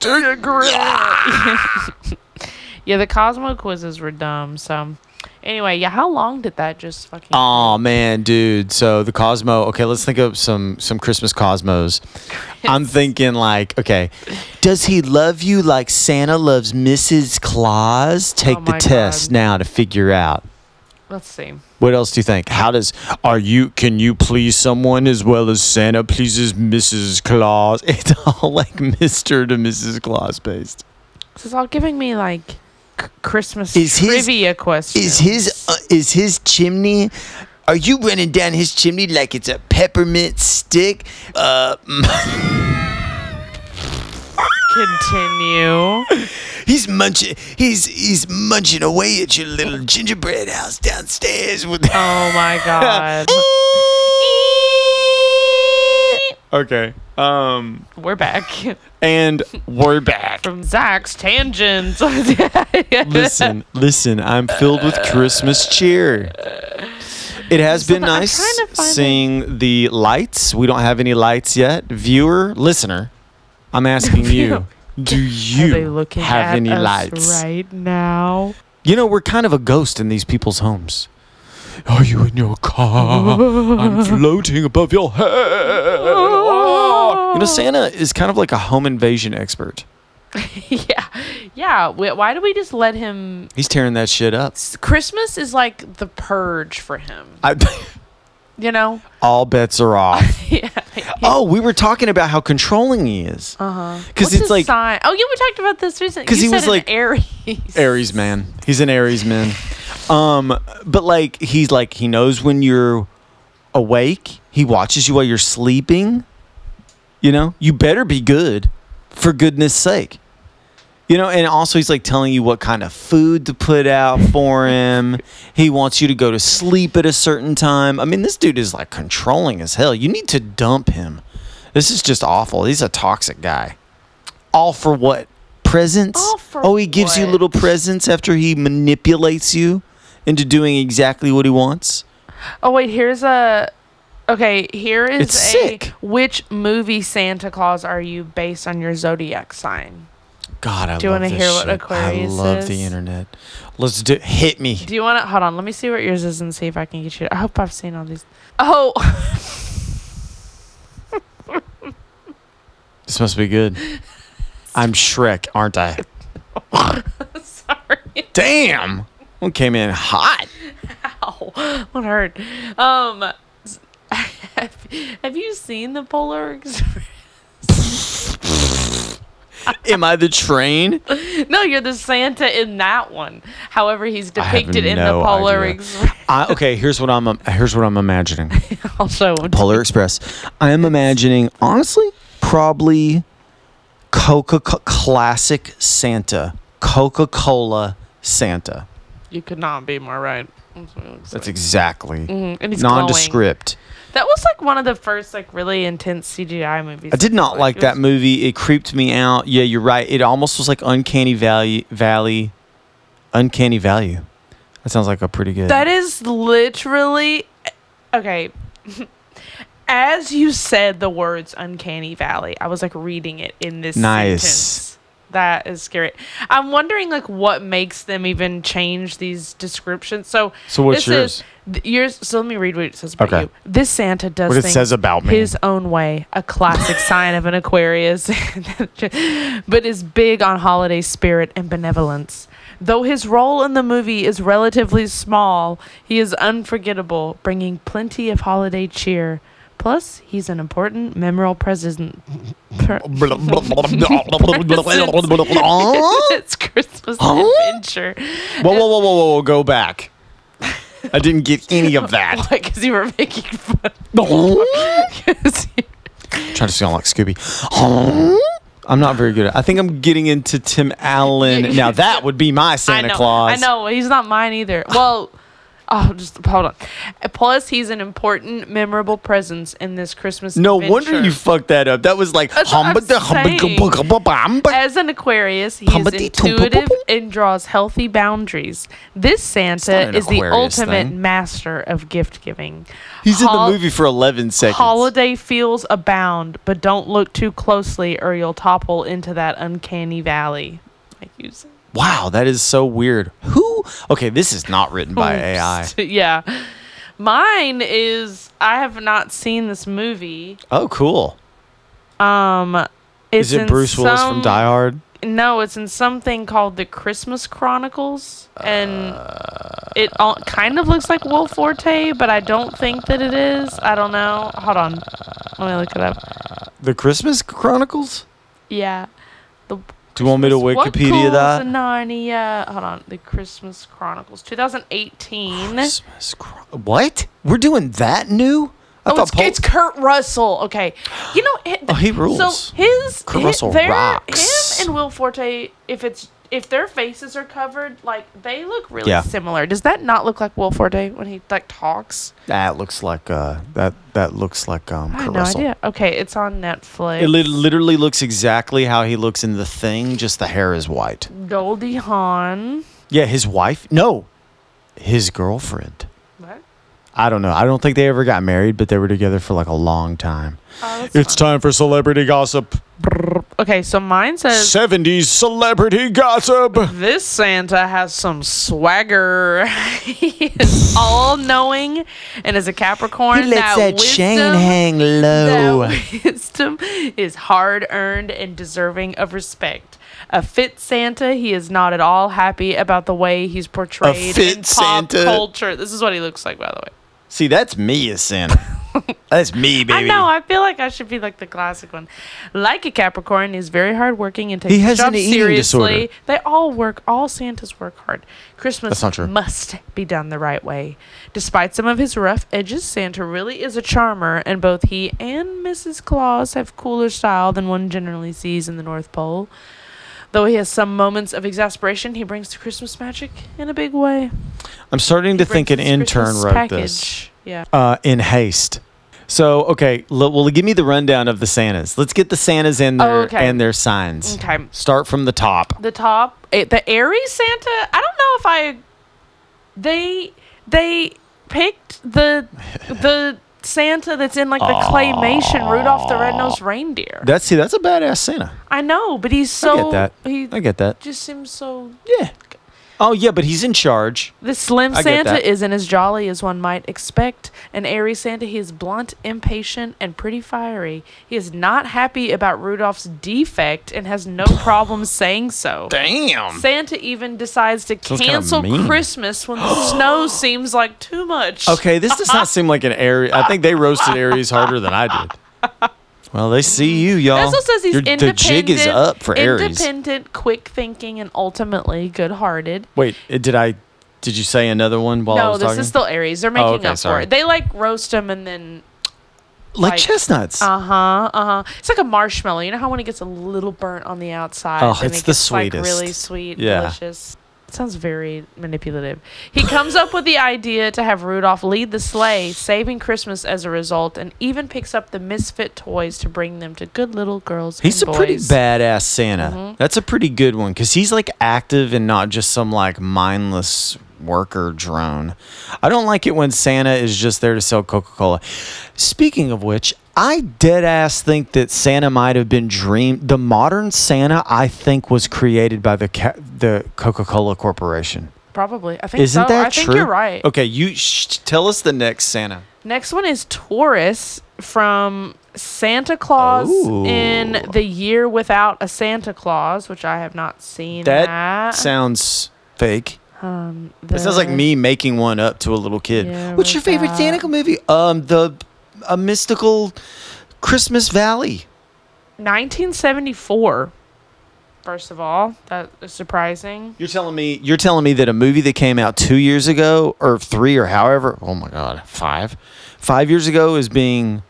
Instagram?
Yeah, the Cosmo quizzes were dumb. So, anyway, yeah, how long did that just fucking?
Oh man, dude. So the Cosmo. Okay, let's think of some some Christmas Cosmos. I'm thinking like, okay, does he love you like Santa loves Mrs. Claus? Take the
Oh my
test
God.
now to figure out.
Let's see.
What else do you think? How does are you can you please someone as well as Santa pleases Mrs. Claus? It's all like Mr. to Mrs. Claus based.
This is all giving me like c- Christmas
Is his-
trivia questions.
Is his uh, is his chimney? Are you running down his chimney like it's a peppermint stick? Uh,
continue?
he's munching. He's he's munching away at your little gingerbread house downstairs with.
Oh my god,
okay. Um.
we're back
And we're back.
from Zach's tangents.
listen, listen, I'm filled with Christmas cheer. It has been
I'm
nice
trying to find it.
seeing the lights. We don't have any lights yet. Viewer, listener, I'm asking you. Do
Are they
you
looking
have
at
any
us
lights?
right now?
You know, we're kind of a ghost in these people's homes. Are you in your car? I'm floating above your head. Oh, You know, Santa is kind of like a home invasion expert.
yeah, yeah. wh- Why do we just let him?
He's tearing that shit up.
S- Christmas is like the purge for him.
I,
You know?
all bets are off.
yeah.
oh, we were talking about how controlling he is.
Uh huh.
Because Uh-huh. it's like
sign. Oh yeah, we talked about this recently.
'Cause
Because
he was like-
Aries.
Aries man. He's an Aries man. Um, but like he's like he knows when you're awake. He watches you while you're sleeping. You know, you better be good, for goodness sake. You know, and also he's like telling you what kind of food to put out for him. he wants you to go to sleep at a certain time. I mean, this dude is like controlling as hell. You need to dump him. This is just awful. He's a toxic guy. All for what? Presents?
All for
oh, he gives you
what?
little presents after he manipulates you into doing exactly what he wants.
Oh wait, here's a. Okay, here is
It's
a.
sick.
Which movie Santa Claus are you based on your zodiac sign?
God, I
Do you
love
wanna
this
hear what
shit.
Aquarius
I love the
is?
internet. Let's do hit me.
Do you want to hold on? Let me see what yours is and see if I can get you. I hope I've seen all these. Oh,
This must be good. I'm Shrek, aren't I?
sorry.
Damn. One came in hot.
Ow, what hurt? Um, s- have, have you seen the Polar Express?
Am I the train?
No, you're the Santa in that one. However, he's
I have
depicted in
no
the Polar
idea.
Express.
I, okay, here's what I'm here's what I'm imagining.
Also,
Polar Express. I am imagining, honestly, probably Coca Classic Santa, Coca Cola Santa.
you could not be more right. That's what it looks
That's
like.
exactly
Mhm, and he's glowing.
nondescript.
That was like one of the first like really intense CGI movies.
I did not like
it
that
was-
movie. It creeped me out. Yeah, you're right. It almost was like Uncanny Valley. Valley, Uncanny Value. That sounds like a pretty good.
That is literally okay. As you said the words "uncanny valley," I was like reading it in this
Nice.
sentence. That is scary. I'm wondering like what makes them even change these descriptions. So
So what's
this is-
yours?
th- yours. So let me read what it says about
Okay.
you. This Santa does
What it
things
says about me.
his own way, a classic sign of an Aquarius, but is big on holiday spirit and benevolence. Though his role in the movie is relatively small, he is unforgettable, bringing plenty of holiday cheer. Plus, he's an important, memorable present. per-
whoa,
it's Christmas
Huh?
adventure.
whoa, whoa, whoa, whoa, whoa, go back. I didn't get any of that.
Because you were making fun.
Trying
'cause you-
to sound like Scooby. I'm not very good at I think I'm getting into Tim Allen. Now that would be my
I
Santa
know,
Claus.
I know. He's not mine either. Well, oh, just hold on. Plus, he's an important, memorable presence in this Christmas.
No wonder
adventure.
you fucked that up. That was like
That's what I'm
"Humba-da,
saying.
humba-ga, bugga-ba-bamba."
As an Aquarius, he is
Pumpity tum-
intuitive
pum- pum.
and draws healthy boundaries. This
not
Santa
an
is the
Aquarius
ultimate
thing.
master of gift giving.
He's in
Hol-
the movie for 11 seconds.
Holiday feels abound, but don't look too closely or you'll topple into that uncanny valley. Like you said.
wow, that is so weird. Who? Okay, this is not written by AI.
yeah. Mine is I have not seen this movie.
Oh, cool.
Um it's
Is it
in
Bruce Willis from
some-
Die Hard?
No, it's in something called The Christmas Chronicles and
Uh.
it all, kind of looks like Will Forte, but I don't think that it is. I don't know. Hold on. Let me look it up.
The Christmas Chronicles?
Yeah. The
Do you want me to
What
Wikipedia
Goes
that?
in Narnia. Hold on. The Christmas Chronicles 2018.
Oh, Christmas Chron- What? We're doing that new? I
oh, it's,
Paul-
it's Kurt Russell. Okay, you know. hi-
Oh, he rules.
So his
Kurt
hi-
Russell
their-
rocks.
Him and Will Forte, if it's if their faces are covered, like they look really
Yeah.
similar. Does that not look like Will Forte when he like talks?
that looks like uh that that looks like um
I have
Kurt
no
Russell.
idea. Okay, it's on Netflix.
It li- literally looks exactly how he looks in the thing, just the hair is white.
Goldie Hawn.
Yeah, his wife? No, his girlfriend.
What?
I don't know. I don't think they ever got married, but they were together for like a long time.
Oh, that's
It's time for celebrity gossip.
fun. Okay, so mine says
70s celebrity gossip.
this Santa has some swagger. he is all knowing and is a Capricorn. wisdom- That wisdom is hard earned and deserving of respect. A fit Santa, he is not at all happy about the way he's portrayed
fit
in pop
Santa.
culture. This is what he looks like, by the way.
See, that's me as Santa. that's me, baby.
I know. I feel like I should be like the classic one. Like a Capricorn, he's very hardworking and takes
He
his
has
job
an eating
seriously.
disorder.
They all work. All Santas work hard. Christmas
That's not true.
must be done the right way. Despite some of his rough edges, Santa really is a charmer, and both he and Mrs. Claus have cooler style than one generally sees in the North Pole. Though he has some moments of exasperation, he brings the Christmas magic in a big way.
I'm starting to think an
Brings his
intern
Christmas
wrote
package.
this
Yeah.
uh, in haste. So, okay, l- well, give me the rundown of the Santas. Let's get the Santas and their,
Oh, okay.
and their signs.
Okay.
Start from the top.
the top eh, the aries santa i don't know if i they they picked the the santa that's in like the claymation rudolph the red-nosed reindeer
That's see, that's a badass Santa.
i know but he's
I
so
get that.
he
I get that.
just seems so
Yeah. Oh yeah, but he's in charge.
the slim
I get that.
santa isn't as jolly as one might expect an aries santa he is blunt impatient and pretty fiery he is not happy about rudolph's defect and has no problem saying so
Damn.
Santa even decides to
Sounds kinda
cancel
mean.
Christmas when the snow seems like too much.
Okay, this does not seem like an Aries. I think they roasted Aries harder than I did. Well, they see you, y'all.
Also says he's
Your-
independent.
The jig is up for Aries.
Independent, quick thinking, and ultimately good-hearted.
Wait, uh, did I? Did you say another one while I
no,
was
this
talking? Oh,
is still Aries. They're making
okay,
up for
sorry.
it. They like roast him and then
like,
like-
chestnuts.
uh huh, uh huh. It's like a marshmallow. You know how when it gets a little burnt on the outside,
Oh,
and
it's
it
the
gets, like, really
sweetest.
sweet,
Yeah.
delicious. It sounds very manipulative. He comes up with the idea to have Rudolph lead the sleigh, saving Christmas as a result, and even picks up the misfit toys to bring them to good little girls.
he's a
and
pretty
boys. Mm-hmm.
badass Santa. That's a pretty good one because he's like active and not just some like mindless worker drone. I don't like it when Santa is just there to sell Coca Cola. Speaking of which. I dead ass think that Santa might have been dreamed. The modern Santa, I think, was created by the ca- the Coca Cola Corporation.
Probably, I think.
Isn't
so.
that
I think
true?
you're right.
Okay, you sh- tell us the next Santa.
Next one is Taurus from Santa Claus
Ooh.
in the year without a Santa Claus, which I have not seen.
That
That,
sounds fake.
um,
It sounds like
the-
me making one up to a little kid.
Yeah,
What's your
what's
favorite
that?
Santa movie? Um, the a mystical Christmas Valley.
1974. First of all, that is surprising.
You're telling me you're telling me that a movie that came out two years ago or three or however oh my god five five years ago is being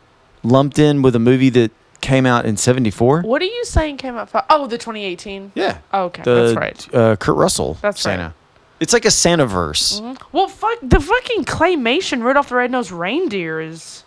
lumped in with a movie that came out in '74.
What are you saying came out? Fi- oh, the 2018.
Yeah.
Oh, Okay,
The,
that's right.
Uh, Kurt Russell.
That's right. Mm-hmm.
Santa. It's like a Santa verse.
Well, fuck the fucking claymation Rudolph the Red-Nosed Reindeer is.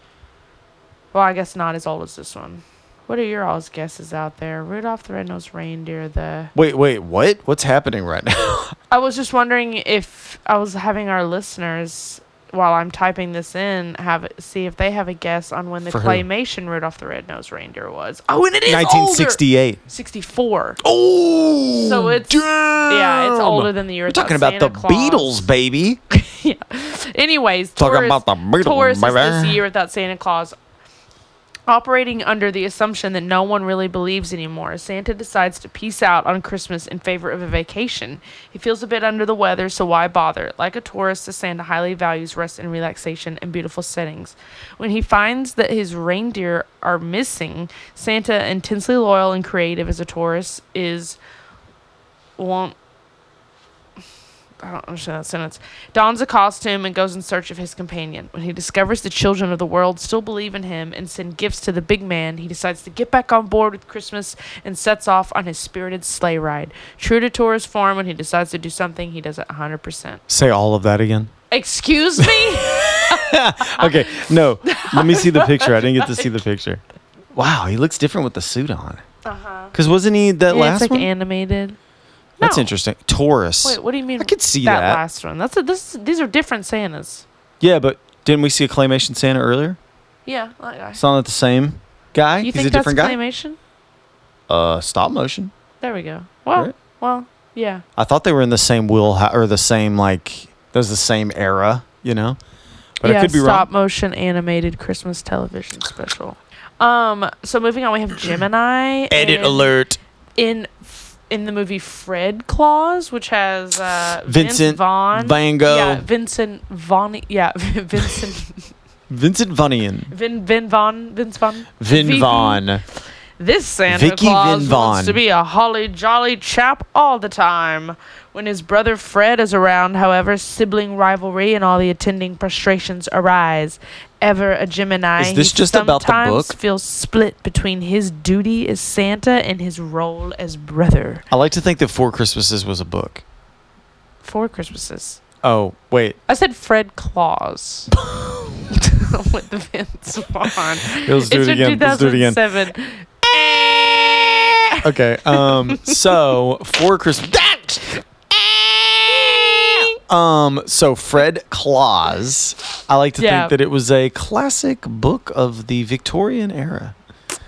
Well, I guess not as old as this one. What are your all's guesses out there? Rudolph the Red-Nosed Reindeer. The
Wait, wait, what? What's happening right now?
I was just wondering if I was having our listeners while I'm typing this in have see if they have a guess on when the
For who?
claymation Rudolph the Red-Nosed Reindeer was. Oh, and it is 1960.
1968.
64.
Oh,
So it's- yeah, it's older than the year
We're
without
talking about
Santa
the
Claus.
Beatles, baby.
Anyways, Taurus,
Talking about the Beatles,
Taurus is this
baby.
year without Santa Claus. Operating under the assumption that no one really believes anymore, Santa decides to peace out on Christmas in favor of a vacation. He feels a bit under the weather, so why bother? Like a Taurus, the Santa highly values rest and relaxation and beautiful settings. When he finds that his reindeer are missing, Santa, intensely loyal and creative as a Taurus, is want I don't understand that sentence. Dons a costume and goes in search of his companion. When he discovers the children of the world still believe in him and send gifts to the big man, he decides to get back on board with Christmas and sets off on his spirited sleigh ride. True to Taurus form, when he decides to do something, he does it 100%.
Say all of that again.
Excuse me?
Okay, no. Let me see the picture. I didn't get to see the picture. Wow, he looks different with the suit on.
uh-huh.
Cause wasn't he that
Yeah,
last
it's like
one?
animated.
That's
No.
interesting. Taurus.
Wait, what do you mean?
I could see that.
last one. That's a, this. These are different Santas.
Yeah, but Didn't we see a claymation Santa earlier?
Yeah, that guy.
It's not the same guy.
you
He's a
think that's
different guy.
claymation?
Uh, stop motion.
There we go. Well,
Right.
well, yeah.
I thought they were in the same wheel or the same like those the same era, you know. But
yeah,
I could be
stop
wrong.
motion animated Christmas television special. Um, so moving on, we have Gemini.
Edit
in-
alert.
in f- in the movie Fred Claus, which has uh, Vince
Vincent
Vaughn,
Van Gogh.
yeah, Vincent Vaughn, yeah, Vincent
Vincent Vunian.
Vin Vin Vaughn, Vince Vaughn,
Vin
Vicky.
Vaughn.
This Santa
Vicky
Claus
Vin Vaughn.
wants to be a holly jolly chap all the time. When his brother Fred is around, however, sibling rivalry and all the attending frustrations arise. Ever a Gemini,
Is this
he
just about the
sometimes
book?
feels split between his duty as Santa and his role as brother.
I like to think that Four Christmases was a book.
Four Christmases.
Oh wait,
I said Fred Claus. With the Vince Vaughn.
let's do
it's
it
from
again. Let's do it again.
2007.
Okay. Um. so Four Christmas. Um, so Fred Claus, I like to
Yeah.
think that it was a classic book of the Victorian era,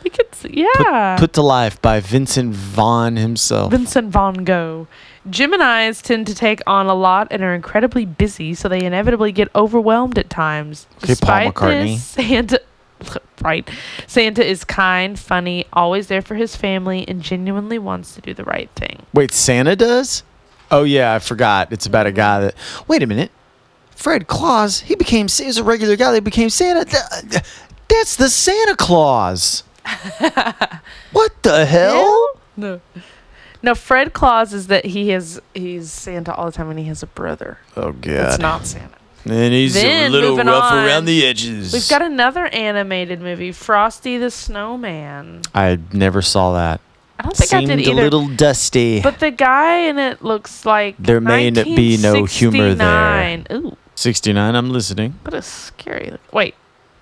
We could see- yeah.
put to life by Vincent Vaughn himself.
Vincent Van Gogh. Geminis tend to take on a lot and are incredibly busy, so they inevitably get overwhelmed at times.
Okay, Paul McCartney.
this, Santa, right? Santa is kind, funny, always there for his family, and genuinely wants to do the right thing.
Wait, Santa does? Oh yeah, I forgot. It's about a guy that. Wait a minute, Fred Claus. He became he was a regular guy. that became Santa. Th- th- That's the Santa Claus. what the hell?
No. No, Fred Claus is that he has he's Santa all the time and he has a brother.
Oh god.
It's not Santa.
And he's
Then, moving on,
edges.
We've got another animated movie, Frosty the Snowman.
I never saw that.
I don't think
Seemed
I did
a
either.
little dusty.
but the guy in it looks like
There may not be no humor there.
1969. Ooh,
69. I'm listening.
what a scary. look- Wait,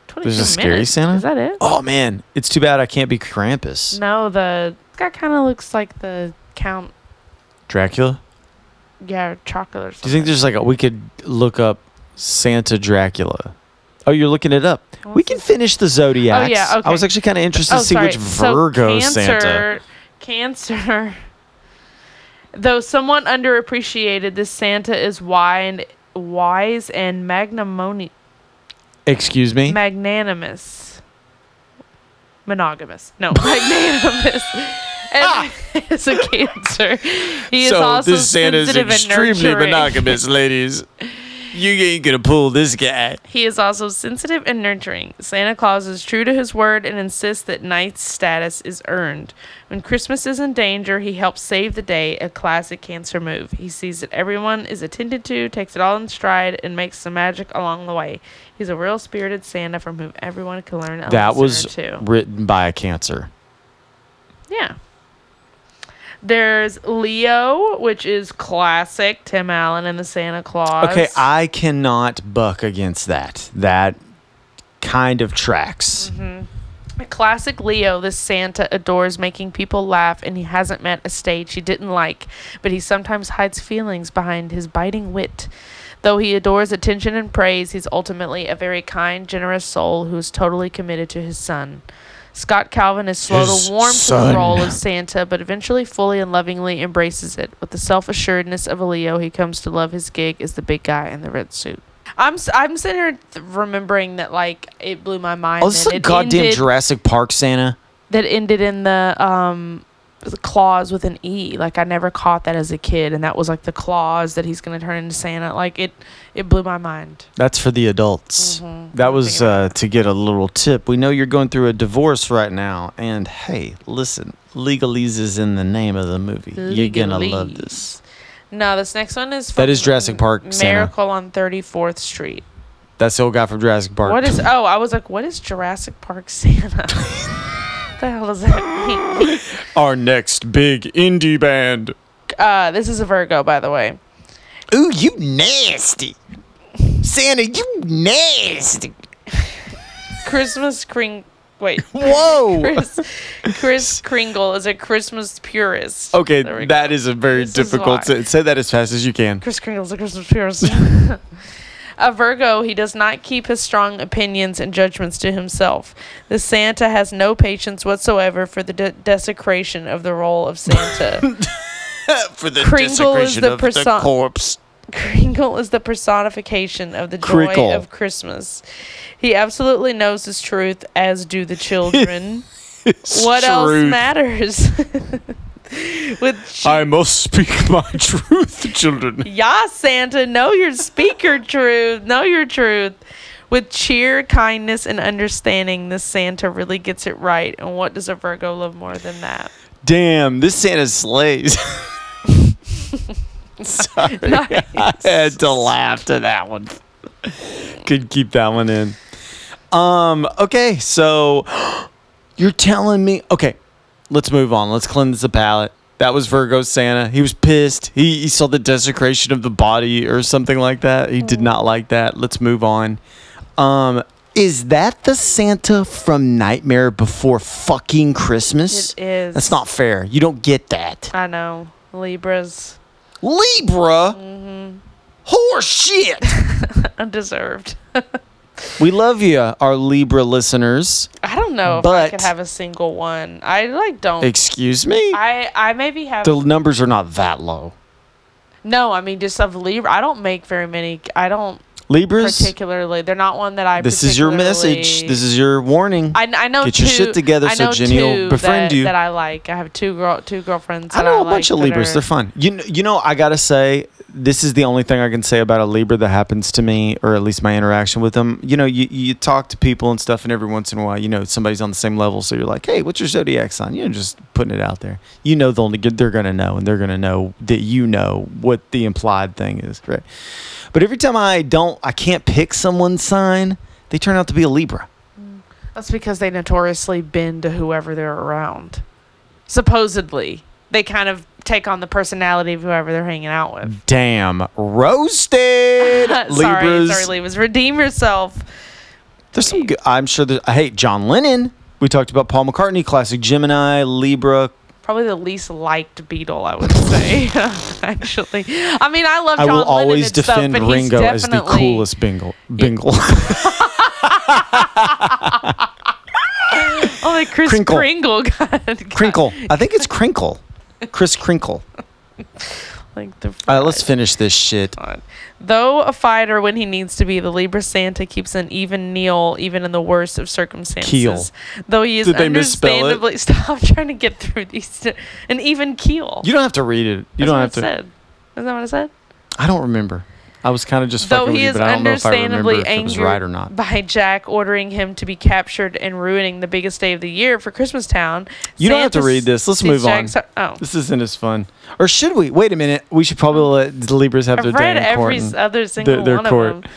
twenty-two
There's a
minutes.
scary Santa?
Is that it?
Oh man, it's too bad I can't be Krampus.
No, the guy kind of looks like the Count.
Dracula.
Yeah, or chocolate or
Do
something.
you think there's like a we could look up Santa Dracula? Oh, you're looking it up.
What's
We can
this?
finish the zodiacs.
Oh, yeah,
I was
okay. Oh,
actually kind of interested to see which
So
Virgo Santa.
cancer, Cancer. Though somewhat underappreciated, this Santa is wide, wise and magnamoni-
Excuse me.
magnanimous. Monogamous. No, magnanimous.
Ah!
And is a cancer. He is also sensitive and nurturing.
ladies. You ain't gonna pull this guy.
He is also sensitive and nurturing. Santa Claus is true to his word and insists that knight's status is earned. When Christmas is in danger, he helps save the day, a classic cancer move. He sees that everyone is attended to, takes it all in stride, and makes some magic along the way. He's a real spirited Santa from whom everyone can learn a lesson
That
or
was
two.
written by a cancer.
Yeah. There's Leo, which is classic Tim Allen and the Santa Claus.
Okay, I cannot buck against that. That kind of tracks.
Mm-hmm. A classic Leo, this Santa adores making people laugh, and he hasn't met a stage he didn't like, but he sometimes hides feelings behind his biting wit. Though he adores attention and praise, he's ultimately a very kind, generous soul who is totally committed to his son. Scott Calvin is slow
His
to warm to
son.
the role of Santa, but eventually fully and lovingly embraces it. With the self assuredness of a Leo, he comes to love his gig as the big guy in the red suit. I'm s- I'm sitting here th- remembering that like it blew my mind.
Oh, this
that
is a
it
goddamn
ended-
Jurassic Park Santa.
that ended in the um the claws with an e like i never caught that as a kid and that was like the claws that he's going to turn into santa like it it blew my mind
That's for the adults. That
Gotta Mm-hmm. think
was
about
uh, to get a little tip. We know you're going through a divorce right now, and hey, listen, legalese is in the name of the movie. You're gonna love this.
no this next one is
That is
from
Jurassic Park, Santa.
miracle on 34th street
That's the old guy from Jurassic Park.
what is oh i was like what is jurassic park santa the hell does that mean
our next big indie band?
uh this is a virgo by the way
Ooh, you nasty, Santa, you nasty.
christmas kring wait
Whoa.
Chris, Chris Kringle is a Christmas purist. There we
Okay,
go.
that is a very
This is
difficult.
why.
sen- say that as fast as you can.
Chris Kringle's a Christmas purist. A Virgo, he does not keep his strong opinions and judgments to himself. The Santa has no patience whatsoever for the de- desecration of the role of Santa.
for the
Kringle is
desecration
the
of the
perso-
corpse.
Kringle is the personification of the joy
Crickle.
of Christmas. He absolutely knows his truth, as do the children. what else
Truth.
matters? With ch-
I must speak my truth, children.
yeah, Santa, know your speaker truth, know your truth. With cheer, kindness, and understanding, this Santa really gets it right. And what does a Virgo love more than that?
Damn, this Santa slays. Sorry, I had to laugh to that one. Could keep that one in. Um. Okay, so you're telling me. Okay, let's move on. Let's cleanse the palate. That was Virgo Santa. He was pissed. He, he saw the desecration of the body or something like that. He did not like that. Let's move on. Um, is that the Santa from Nightmare Before Fucking Christmas?
It is.
That's not fair. You don't get that.
I know. Libras.
Libra. Mm-hmm. Horse shit.
Undeserved.
we love you, our Libra listeners.
I don't know if I could
But-
have a single one. I like don't.
Excuse me.
I I maybe have
the numbers are not that low.
no. I mean, just of Libra. I don't make very many. I don't
Libras.
particularly. They're not one that I.
This is your message.
particularly-
This is your warning.
I, I know.
Get your
two-
shit together
I
so
know
Jenny will
two
befriend
that,
you.
That I like. I have two girl two girlfriends.
I
that
know a
like
bunch of
that
Libras.
are-
They're fun. You know, you know, I gotta say, this is the only thing I can say about a Libra that happens to me, or at least my interaction with them. You know, you, you talk to people and stuff, and every once in a while, you know, somebody's on the same level, so you're like, hey, what's your zodiac sign? You know, just putting it out there. You know, they'll they're gonna know, and they're gonna know that you know what the implied thing is, right? But every time I don't, I can't pick someone's sign. They turn out to be a Libra.
That's because they notoriously bend to whoever they're around. Supposedly, they kind of take on the personality of whoever they're hanging out with.
Damn, roasted
sorry,
Libras.
sorry, Libras. Redeem yourself.
There's some. Good, I'm sure. There's, I hate John Lennon. We talked about Paul McCartney, classic Gemini, Libra.
probably the least liked Beatle, I would say. Actually, I mean, I love.
I
John
will
Lennon
always
and stuff,
defend
but he's
Ringo as the
definitely-
coolest bingle. Bingle.
Oh, like Chris
Crinkle.
Kringle. God, God,
Crinkle. I think it's Crinkle. Chris Crinkle.
Like the
All right, let's finish this shit.
God. Though a fighter when he needs to be, the Libra Santa keeps an even keel even in the worst of circumstances.
Keel.
Though he is
Did they misspell it?
understandably stop trying to get through these an even keel.
You don't have to read it. You
That's
don't
what
have
it
to.
Said. Isn't that what I said?
I don't remember. I was kind of just
Though
fucking with
he
you,
is
but I don't know if I remember
understandably
if it was
angry
right or not.
by Jack ordering him to be captured and ruining the biggest day of the year for Christmas Town.
You don't have to
Santa
read this. Let's
sees
move on.
Jack's- Oh.
This isn't as fun. Or should we? Wait a minute. We should probably let the Libras have their
I've
day
read
in
every
court.
s-
and-
other single
their
one
court.
of them.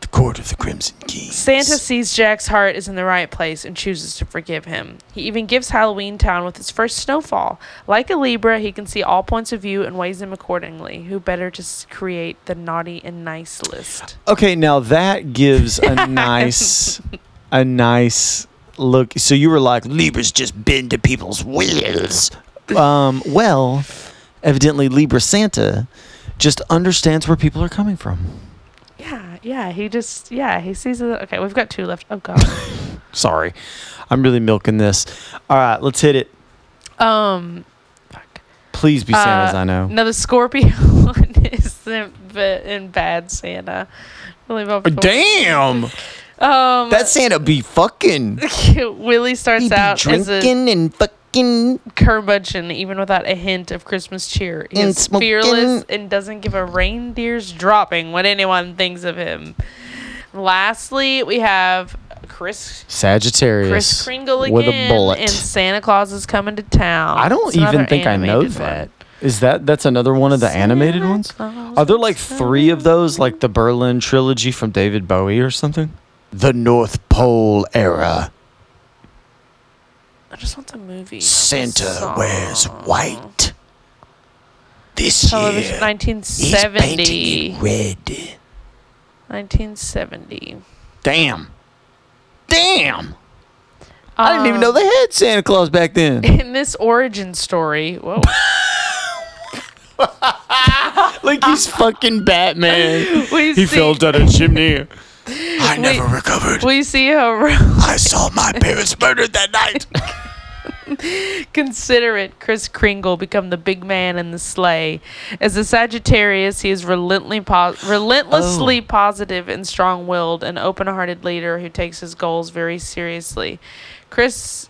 the court of the Crimson King.
Santa sees Jack's heart is in the right place and chooses to forgive him. He even gives Halloween Town with its first snowfall. Like a Libra, he can see all points of view and weighs them accordingly. Who better to s- create the naughty and nice list?
Okay, now that gives a nice, a nice look. So you were like Libras just bend to people's wills. Um, well, evidently Libra Santa just understands where people are coming from.
Yeah, yeah. He just, yeah, he sees it. Okay, we've got two left. Oh, God.
Sorry, I'm really milking this. All right, let's hit it.
um, fuck.
Please be Santas.
Uh,
I know.
No, the Scorpio one is in, ba- in bad Santa. Really about four.
Damn,
Um,
that Santa be fucking.
Willie
He
starts
be
out as a
drinking and fucking.
curmudgeon, even without a hint of Christmas cheer. He
And
is
smoking.
fearless and doesn't give a reindeer's dropping what anyone thinks of him. Lastly, we have Chris.
Sagittarius.
Chris Kringle again,
with a bullet.
and Santa Claus is coming to town.
I don't
It's another
even think I know
animated
that.
one.
Is that that's another one of the animated
Santa
ones?
Claus
Are there like
is
three of those, like the Berlin trilogy from David Bowie or something? The North Pole era.
I just want the movie. not the
Santa
song.
wears white. This
Television,
year, he's painting
1970.
it red.
1970.
Damn. Damn. I didn't even know
Um,
they had Santa Claus back then.
In this origin story, whoa,
like he's fucking Batman.
We
He
see,
fell down a chimney.
I never recovered.
we see how ro-
I saw my parents murdered that night.
considerate Chris Kringle become the big man in the sleigh. As a Sagittarius, he is relentlessly, po-
Oh.
relentlessly positive and strong-willed, an open-hearted leader who takes his goals very seriously. Chris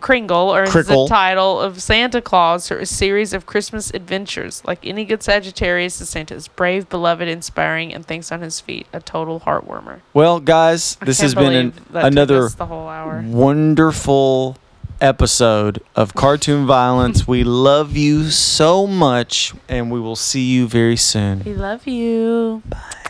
Kringle earns
Crickle.
the title of Santa Claus for a series of Christmas adventures. Like any good Sagittarius, the Santa is brave, beloved, inspiring, and thinks on his feet. A total heartwarmer.
Well, guys,
I
this
can't
has been an,
believe that took
another
us the whole hour.
wonderful episode of Cartoon Violence. we love you so much, and we will see you very soon.
We love you. Bye.